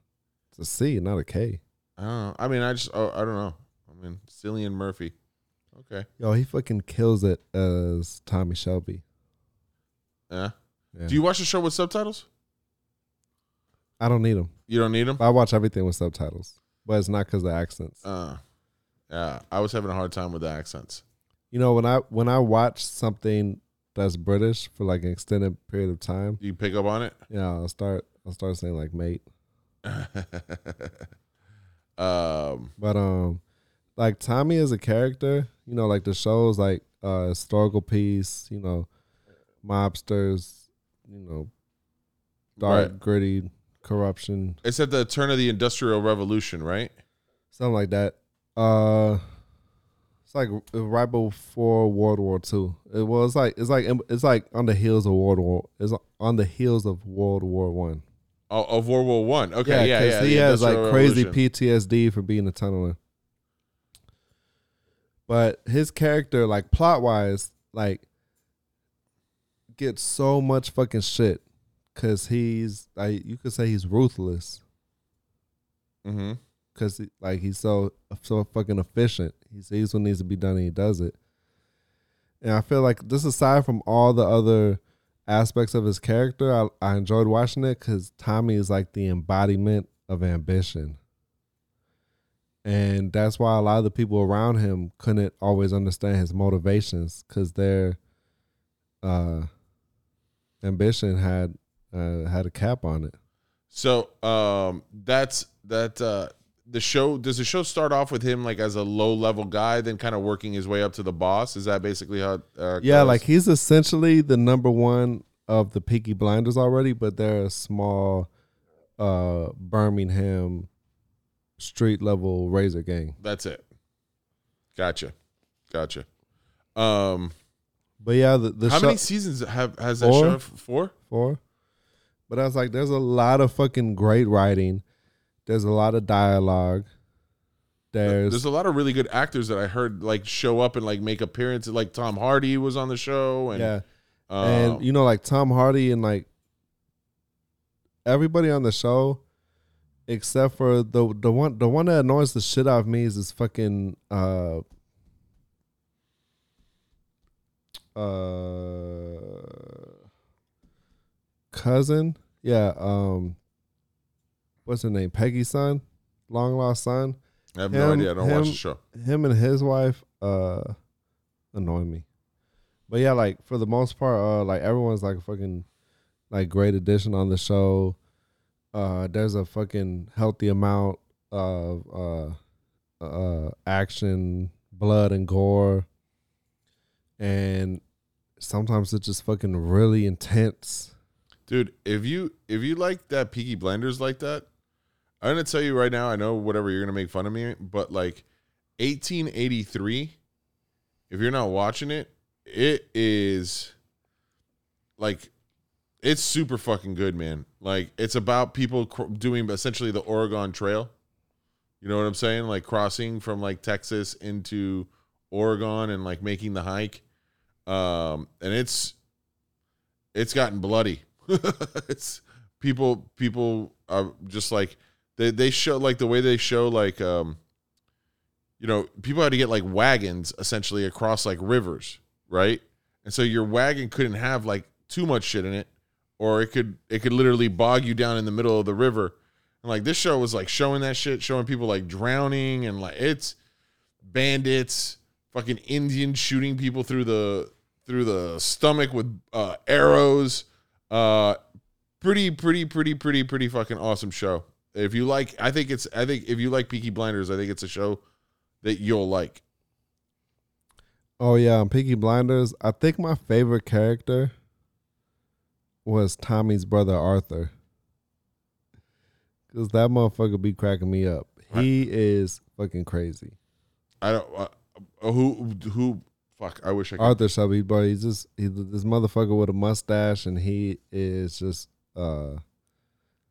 A: It's a C, not a K.
B: I don't know. I mean, I just, oh, I don't know. I mean, Cillian Murphy. Okay.
A: Yo, he fucking kills it as Tommy Shelby.
B: Yeah.
A: Yeah.
B: Do you watch the show with subtitles?
A: I don't need him.
B: You don't need them?
A: I watch everything with subtitles, but it's not because of the accents.
B: Uh, yeah. I was having a hard time with the accents.
A: You know, when I when I watch something that's British for like an extended period of time,
B: Do you pick up on it? (laughs)
A: yeah, I'll start I'll start saying like mate.
B: um,
A: But um like Tommy is a character, you know, like the shows like uh historical piece, you know, mobsters, you know, dark,
B: Right.
A: gritty, corruption,
B: it's at the turn of the Industrial Revolution, right?
A: something like that. Uh it's like uh, right before World War II. It was like it's like it's like on the heels of World War. It's on the heels of World War One.
B: Oh, of World War One. Okay, yeah, yeah.
A: 'cause
B: the
A: he has like
B: Industrial
A: crazy
B: Revolution.
A: PTSD for being a tunneler. But his character, like plot wise, like gets so much fucking shit because he's like you could say he's ruthless
B: Mhm.
A: because like he's so so fucking efficient. He sees what needs to be done and he does it. And I feel like this, aside from all the other aspects of his character, I, I enjoyed watching it because Tommy is like the embodiment of ambition, and that's why a lot of the people around him couldn't always understand his motivations because their uh, ambition had uh, had a cap on it.
B: So, um, that's that. Uh, the show does the show start off with him like as a low level guy, then kind of working his way up to the boss? Is that basically how? Uh, it
A: Yeah,
B: goes?
A: like he's essentially the number one of the Peaky Blinders already, but they're a small uh Birmingham street level razor gang.
B: that's it. Gotcha, gotcha. Um,
A: But yeah, the, the
B: how
A: show
B: many seasons have has that
A: Four?
B: show? Four.
A: four. But I was like, there's a lot of fucking great writing. There's a lot of dialogue. There's,
B: There's a lot of really good actors that I heard like show up and like make appearances. Like Tom Hardy was on the show, and
A: yeah,
B: um,
A: and you know, like Tom Hardy and like everybody on the show, except for the the one the one that annoys the shit out of me is this fucking uh uh cousin. Yeah, um what's her name? Peggy's son, long lost son.
B: I have no
A: him-
B: idea. I don't watch the
A: him-
B: show.
A: Him and his wife uh annoy me. But yeah, like for the most part, uh like everyone's like a fucking like great addition on the show. Uh there's a fucking healthy amount of uh uh action, blood and gore. And sometimes it's just fucking really intense.
B: Dude, if you if you like that Peaky Blinders like that, I'm gonna tell you right now. I know whatever you're gonna make fun of me, but like 1883, if you're not watching it, it is like it's super fucking good, man. Like it's about people cr- doing essentially the Oregon Trail. You know what I'm saying? Like crossing from like Texas into Oregon and like making the hike. Um, and it's it's gotten bloody. (laughs) it's people people are just like they they show like the way they show like um you know, people had to get like wagons essentially across like rivers, right? And so your wagon couldn't have like too much shit in it or it could it could literally bog you down in the middle of the river. And like this show was like showing that shit, showing people like drowning and like it's bandits, fucking Indians shooting people through the through the stomach with uh, arrows. Uh, pretty, pretty, pretty, pretty, pretty fucking awesome show. If you like, I think it's. I think if you like Peaky Blinders, I think it's a show that you'll like.
A: Oh yeah, on Peaky Blinders, I think my favorite character was Tommy's brother Arthur. Cause that motherfucker be cracking me up. He is fucking crazy.
B: I don't. Uh, who who? Fuck! I wish I could.
A: Arthur Shelby, but he's just he's this motherfucker with a mustache, and he is just uh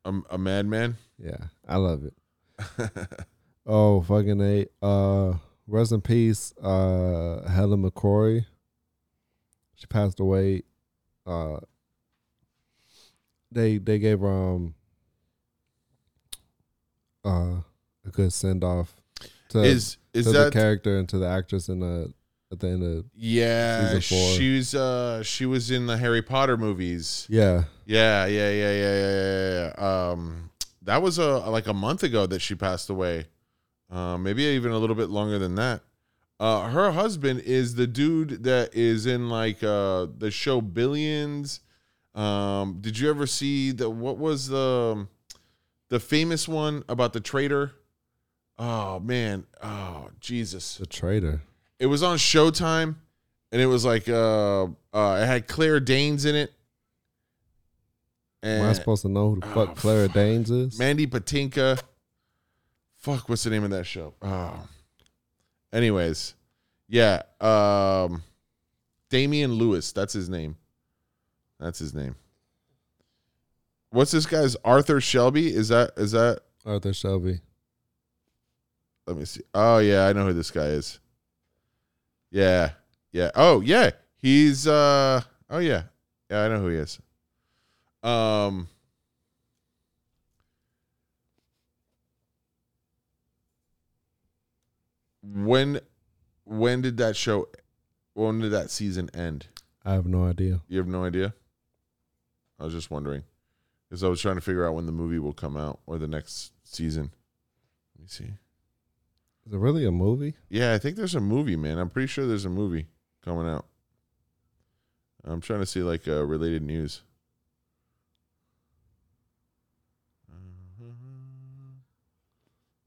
B: a, a madman.
A: Yeah, I love it. (laughs) oh, fucking a uh rest in peace, uh Helen McCrory. She passed away. Uh they they gave her um uh a good send off to,
B: is is
A: to the
B: that
A: character and to the actress in the at the end of
B: yeah?
A: Season four.
B: She's uh she was in the Harry Potter movies.
A: Yeah.
B: Yeah, yeah, yeah, yeah, yeah, yeah. yeah, yeah. Um, that was a like a month ago that she passed away. Uh, maybe even a little bit longer than that. Uh, her husband is the dude that is in like uh the show Billions. Um, did you ever see the what was the the famous one about the traitor? Oh man, oh Jesus.
A: The traitor.
B: It was on Showtime, and it was like uh, uh it had Claire Danes in it.
A: Am I supposed to know who the fuck
B: Oh,
A: Clara
B: fuck.
A: Danes is?
B: Mandy Patinka. Fuck, what's the name of that show? Oh. Anyways, yeah. Um Damian Lewis, that's his name. That's his name. What's this guy's Arthur Shelby? Is that is that
A: Arthur Shelby.
B: let me see. Oh yeah, I know who this guy is. Yeah. Yeah. Oh yeah. He's uh oh yeah. Yeah, I know who he is. Um When when did that show when did that season end?
A: I have no idea.
B: You have no idea? I was just wondering. Because I was trying to figure out when the movie will come out or the next season. Let me see.
A: Is it really a movie?
B: Yeah, I think there's a movie, man. I'm pretty sure there's a movie coming out. I'm trying to see like uh, related news.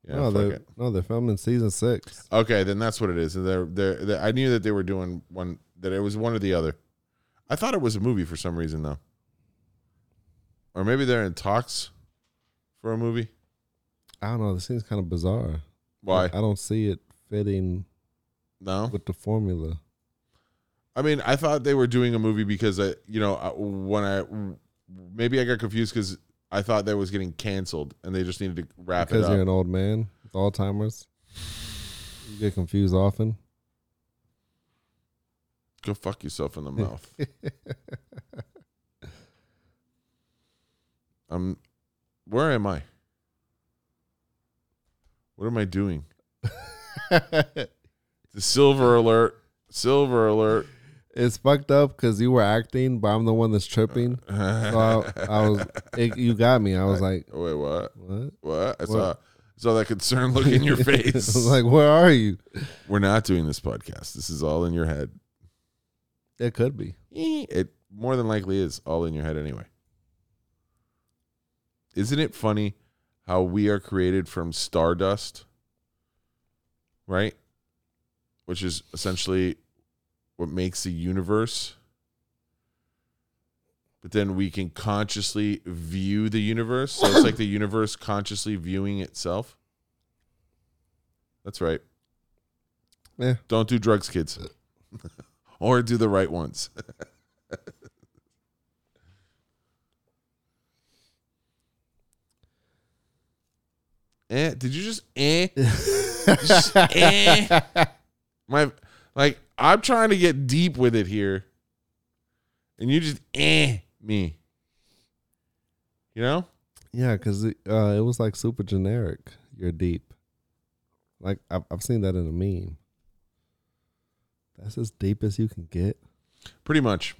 B: Yeah,
A: no,
B: fuck
A: they're,
B: it.
A: no, they're filming season six.
B: Okay, then that's what it is. They're, they're, they're, I knew that they were doing one. That it was one or the other. I thought it was a movie for some reason though, or maybe they're in talks for a movie.
A: I don't know. This seems kind of bizarre.
B: Why?
A: I don't see it fitting
B: No.
A: with the formula.
B: I mean, I thought they were doing a movie because I, you know, I, when I maybe I got confused because I thought that was getting canceled and they just needed to wrap
A: Because
B: it
A: you're
B: up.
A: an old man with Alzheimer's. You get confused
B: (laughs)
A: often.
B: Go fuck yourself in
A: (laughs)
B: the mouth. I'm. Where am I? What am I doing? The silver alert! Silver alert!
A: it's fucked up because you were acting, but I'm the one that's
B: (laughs)
A: tripping. So I, I was,
B: Uh,
A: it, you got me. I was like,
B: Wait, what?
A: what?
B: What? I
A: What?
B: saw. I saw that concerned look in your
A: (laughs) I
B: face.
A: was like, where are you?
B: We're not doing this podcast. This is all in your head. Eh,
A: It could
B: (laughs)
A: be.
B: It more than likely is all in your head anyway. Isn't it funny how we are created from stardust? Right? Which is essentially what makes the universe. But then we can consciously view the universe. So it's like the universe consciously viewing itself. That's right.
A: Yeah.
B: Don't do drugs, kids. (laughs) or do the right ones. (laughs) eh, did you just eh?
A: (laughs)
B: Just eh? My like I'm trying to get deep with it here. And you just eh me. You know?
A: Yeah, because it, uh, it was like super generic. You're deep. Like, I've, I've seen that in a meme. That's as deep as you can get.
B: Pretty much.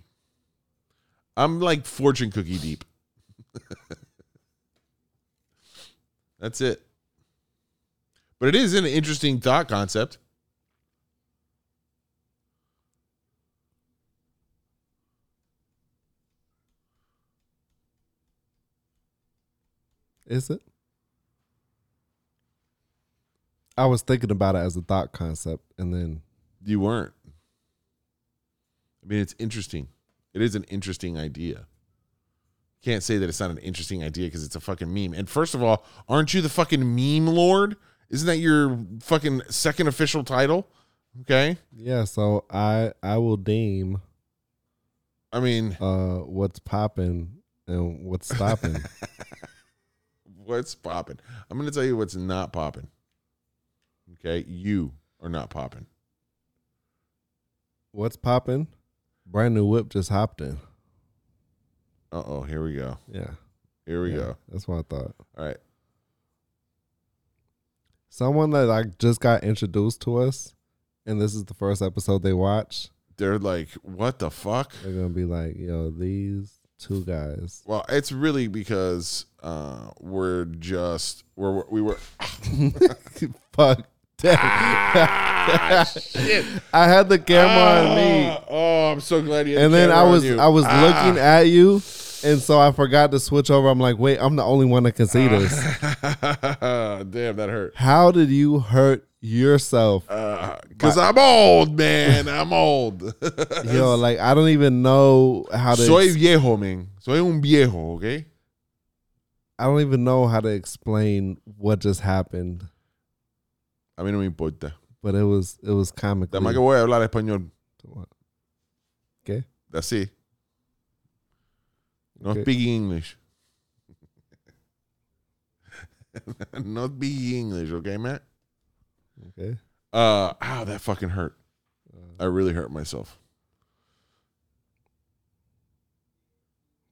B: I'm like fortune cookie deep. (laughs) That's it. But it is an interesting thought concept.
A: Is it? I was thinking about it as a thought concept, and then
B: You weren't. I mean, it's interesting. It is an interesting idea. Can't say that it's not an interesting idea because it's a fucking meme. And first of all, aren't you the fucking meme lord? Isn't that your fucking second official title? Okay.
A: yeah. So I I will deem
B: I mean, (laughs)
A: uh what's popping and what's stopping.
B: what's popping? I'm going to tell you what's not popping. Okay, you are not popping.
A: What's popping? Brand new whip just hopped in.
B: Uh oh, here we go.
A: Yeah.
B: Here we
A: Yeah,
B: go.
A: That's what I thought.
B: All right.
A: Someone that like just got introduced to us, and this is the first episode they watch.
B: They're like, what the fuck?
A: They're gonna be like, "Yo, these two guys." (laughs)
B: Well, it's really because uh, we're just we're we were (laughs)
A: Fuck.
B: Ah, shit.
A: I had the camera on me,
B: Ah, Oh, I'm so glad you. Had
A: and
B: the
A: then I
B: camera on
A: was
B: you.
A: I was
B: Ah.
A: looking at you, and so I forgot to switch over. I'm like, "Wait, I'm the only one that can
B: Ah.
A: see this."
B: (laughs) Damn, that hurt.
A: How did you hurt yourself?
B: Because I'm old, man. I'm (laughs) old.
A: Yo, like I don't even know how to.
B: Soy
A: ex-
B: viejo, man. Soy un viejo, okay?
A: I don't even know how to explain what just happened,
B: A mí no me importa.
A: but it was it was comical.
B: Dame que voy a hablar español.
A: Okay.
B: Así. No
A: Okay.
B: speaking English. (laughs) no speaking English, okay, man?
A: Okay.
B: Uh, ow, that fucking hurt.
A: Uh,
B: I really hurt myself.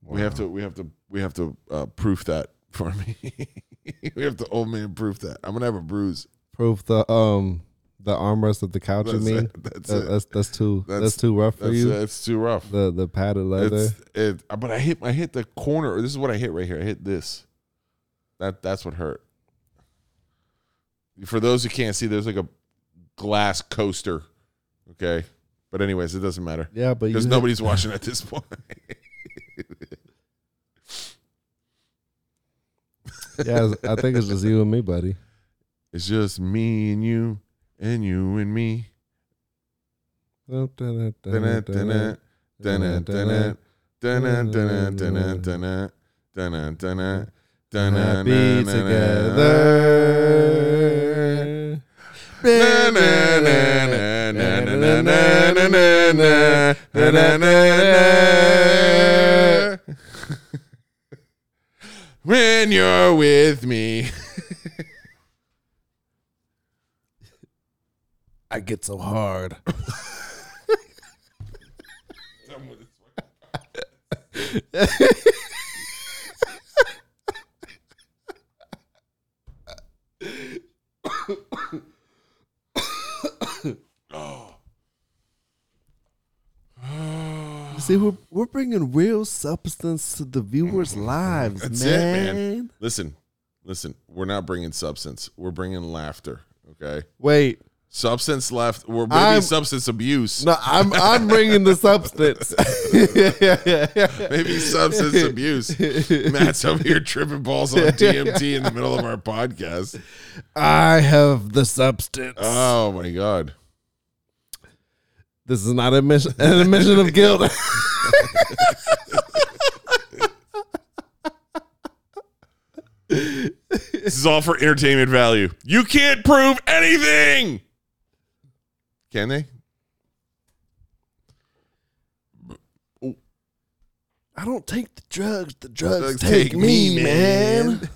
B: We have to, we have to, we have to uh, proof that for me. (laughs) we have to old man proof that. I'm gonna have a bruise.
A: prove the um the armrest of the couch.
B: That's
A: I mean,
B: it. That's
A: That-
B: it.
A: that's that's too that's,
B: That's-
A: too rough for
B: That's
A: you.
B: uh, it's too rough.
A: The the padded leather.
B: It's, it, uh, but I hit, I hit the corner. Or this is what I hit right here. I hit this. That that's what hurt. For those who can't see, there's like a glass coaster. Okay, but anyways, it doesn't matter.
A: Yeah, but you
B: because
A: hit-
B: (laughs) nobody's watching at this point.
A: Yeah, I think it's just you and me, buddy.
B: It's just me and you, and you and me. Dun-dun, dun-dun, dun-dun, dun-dun, dun-dun, dun-dun, dun-dun, dun-dun, dun-dun, dun-dun, dun-dun,
A: Happy
B: dun-dun,
A: together.
B: When you're with me,
A: I get so hard. (laughs) See, we're we're bringing real substance to the viewers' lives,
B: That's it,
A: Mm. man.
B: man. listen, listen. We're not bringing substance. We're bringing laughter. Okay,
A: Wait,
B: substance left. We're
A: I'm-
B: maybe substance abuse.
A: no, I'm I'm bringing the (laughs) substance.
B: Maybe (laughs) substance abuse. Matt's over here tripping balls (laughs) on DMT in the middle of our podcast.
A: I have the substance.
B: Oh my god.
A: this is not a mission, (laughs) an admission of guilt.
B: This is all for entertainment value. You can't prove anything. Can they?
A: I don't take the drugs. The drugs,
B: drugs
A: take, me, man.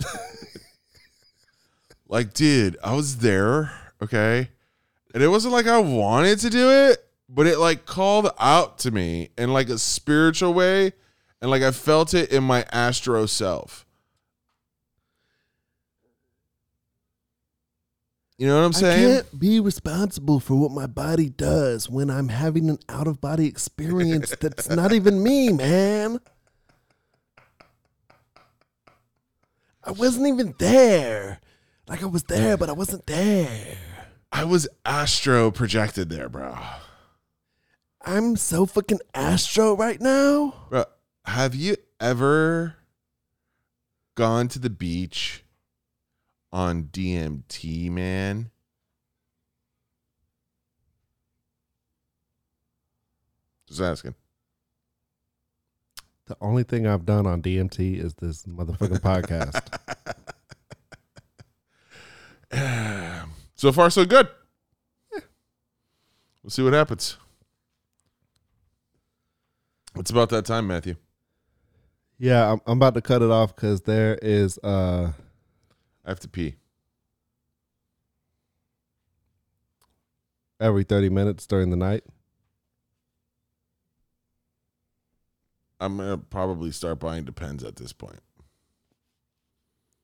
B: (laughs) Like, dude, I was there, okay? And it wasn't like I wanted to do it, but it like called out to me in like a spiritual way. And like I felt it in my astro self. You know what I'm
A: I
B: saying?
A: can't be responsible for what my body does when I'm having an out of body experience that's (laughs) not even me, man. I wasn't even there. Like I was there, but I wasn't there.
B: I was astro projected there, bro.
A: I'm so fucking astro right now.
B: Bro, have you ever gone to the beach on DMT, man? Just asking. (sighs)
A: The only thing I've done on DMT is this motherfucking podcast.
B: So far, so good. We'll see what happens. It's about that time, Matthew.
A: Yeah, I'm, I'm about to cut it off because there is uh
B: I have to pee.
A: every 30 minutes during the night.
B: I'm gonna probably start buying Depends at this point.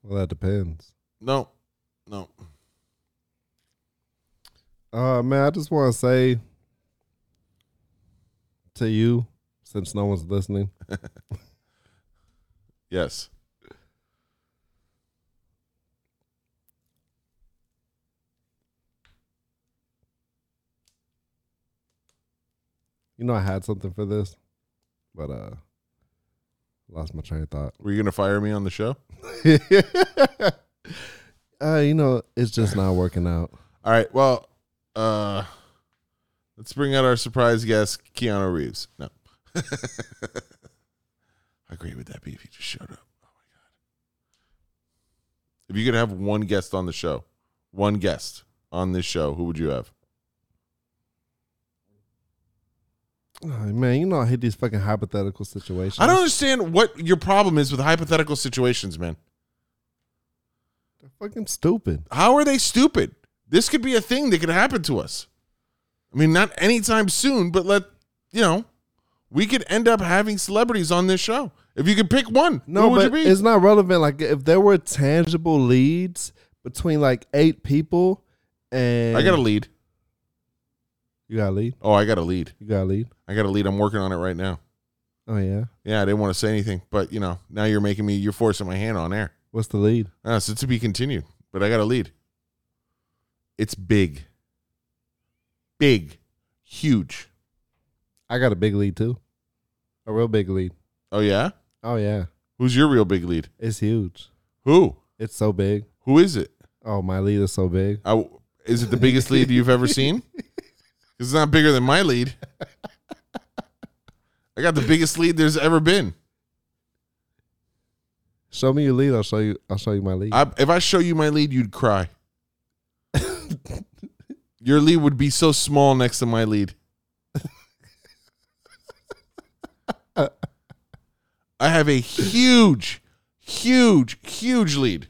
A: Well, that depends.
B: No, no.
A: Uh man, I just want to say to you, since no one's listening,
B: Yes.
A: you know I had something for this, but uh lost my train of thought. (laughs)
B: Were you gonna fire me on the show?
A: uh, you know, it's just not working out.
B: All right. Well, uh, let's bring out our surprise guest, Keanu Reeves. No. (laughs) How great would that be if he just showed up? Oh my god! If you could have one guest on the show, one guest on this show, who would you have?
A: Oh, man, you know I hate these fucking hypothetical situations.
B: I don't understand what your problem is with hypothetical situations, man.
A: They're fucking stupid.
B: How are they stupid? This could be a thing that could happen to us. I mean, not anytime soon, but let you know, we could end up having celebrities on this show. If you could pick one,
A: No,
B: who would
A: but
B: you be?
A: it's not relevant. Like if there were tangible leads between like eight people, and
B: I got a lead.
A: You got a lead.
B: Oh, I got a lead.
A: You got a lead.
B: I got a lead. I'm working on it right now.
A: Oh yeah.
B: Yeah, I didn't want to say anything, but you know, now you're making me, you're forcing my hand on air.
A: What's the lead?
B: Uh, so to be continued, but I got a lead. It's big, big, huge.
A: I got a big lead too. A real big lead.
B: Oh yeah,
A: Oh yeah.
B: who's your real big lead?
A: It's huge.
B: Who?
A: It's so big.
B: Who is it?
A: Oh, my lead is so big.
B: I, is it the biggest lead you've ever seen? 'Cause It's not bigger than my lead. I got the biggest lead there's ever been.
A: Show me your lead. I'll show you. I'll show you my lead.
B: I, if I show you my lead, you'd cry. Your lead would be so small next to my lead. I have a huge, huge, huge lead.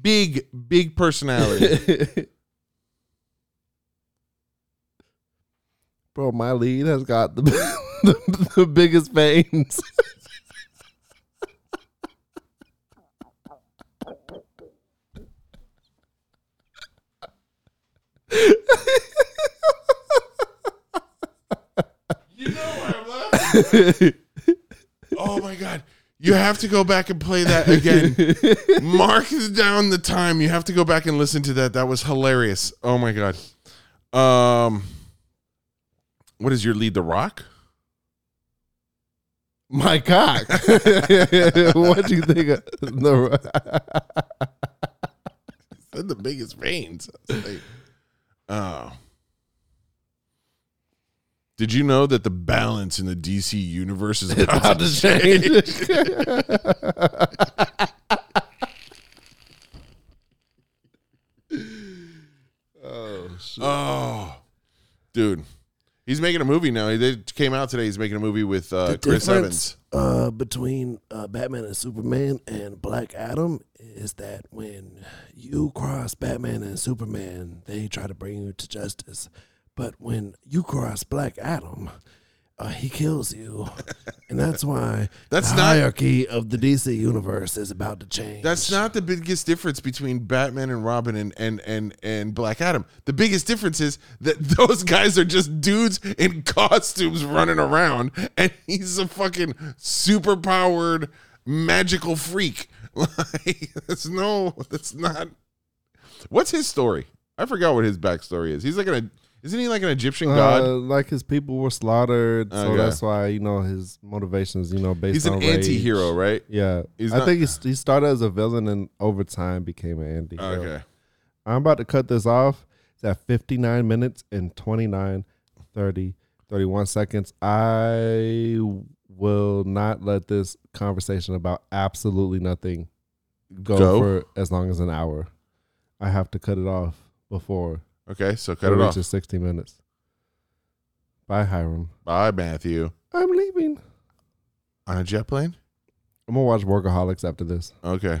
B: Big, big personality.
A: Bro, my lead has got the, (laughs) the, the biggest (laughs) veins.
B: You know why I'm laughing. oh my god. You have to go back and play that again. Mark down the time. You have to go back and listen to that. That was hilarious. Oh my god. Um What is your lead the rock?
A: my
B: (laughs)
A: cock. what do you think of the
B: They're the biggest veins. I was like, Oh. Did you know that the balance in the DC universe is about to change? Oh, dude, he's making a movie now. They came out today. He's making a movie with uh, Chris Evans.
E: uh, between uh, Batman and Superman and Black Adam is that when you cross Batman and Superman, they try to bring you to justice. But when you cross Black Adam, uh, he kills
B: (laughs)
E: you. and that's why
B: That's
E: the
B: not-
E: hierarchy of the DC universe is about to change.
B: That's not the biggest difference between Batman and Robin and and and and Black Adam. The biggest difference is that (laughs) those guys are just dudes in (laughs) costumes running around, and he's a fucking super powered magical freak. (laughs) Like, that's no, that's not. What's his story? I forgot what his backstory is. He's like an isn't he like an Egyptian god?
A: (laughs) Uh, like his people were slaughtered, so
B: Okay.
A: that's why you know his motivations. You know, based
B: he's
A: on
B: an
A: rage.
B: anti-hero, right?
A: Yeah,
B: He's
A: I
B: not-
A: think he's, he started as a villain and over time became an anti-hero.
B: Okay.
A: I'm about to cut this off. It's at 59 minutes and 29, 30, 31 seconds. I will not let this conversation about absolutely nothing go,
B: Go?
A: for as long as an hour. I have to cut it off before
B: Okay, so
A: it
B: cut it off.
A: reaches 60 minutes. Bye, Hiram.
B: Bye, Matthew.
A: I'm leaving.
B: On a jet plane?
A: I'm gonna watch Workaholics after this.
B: Okay.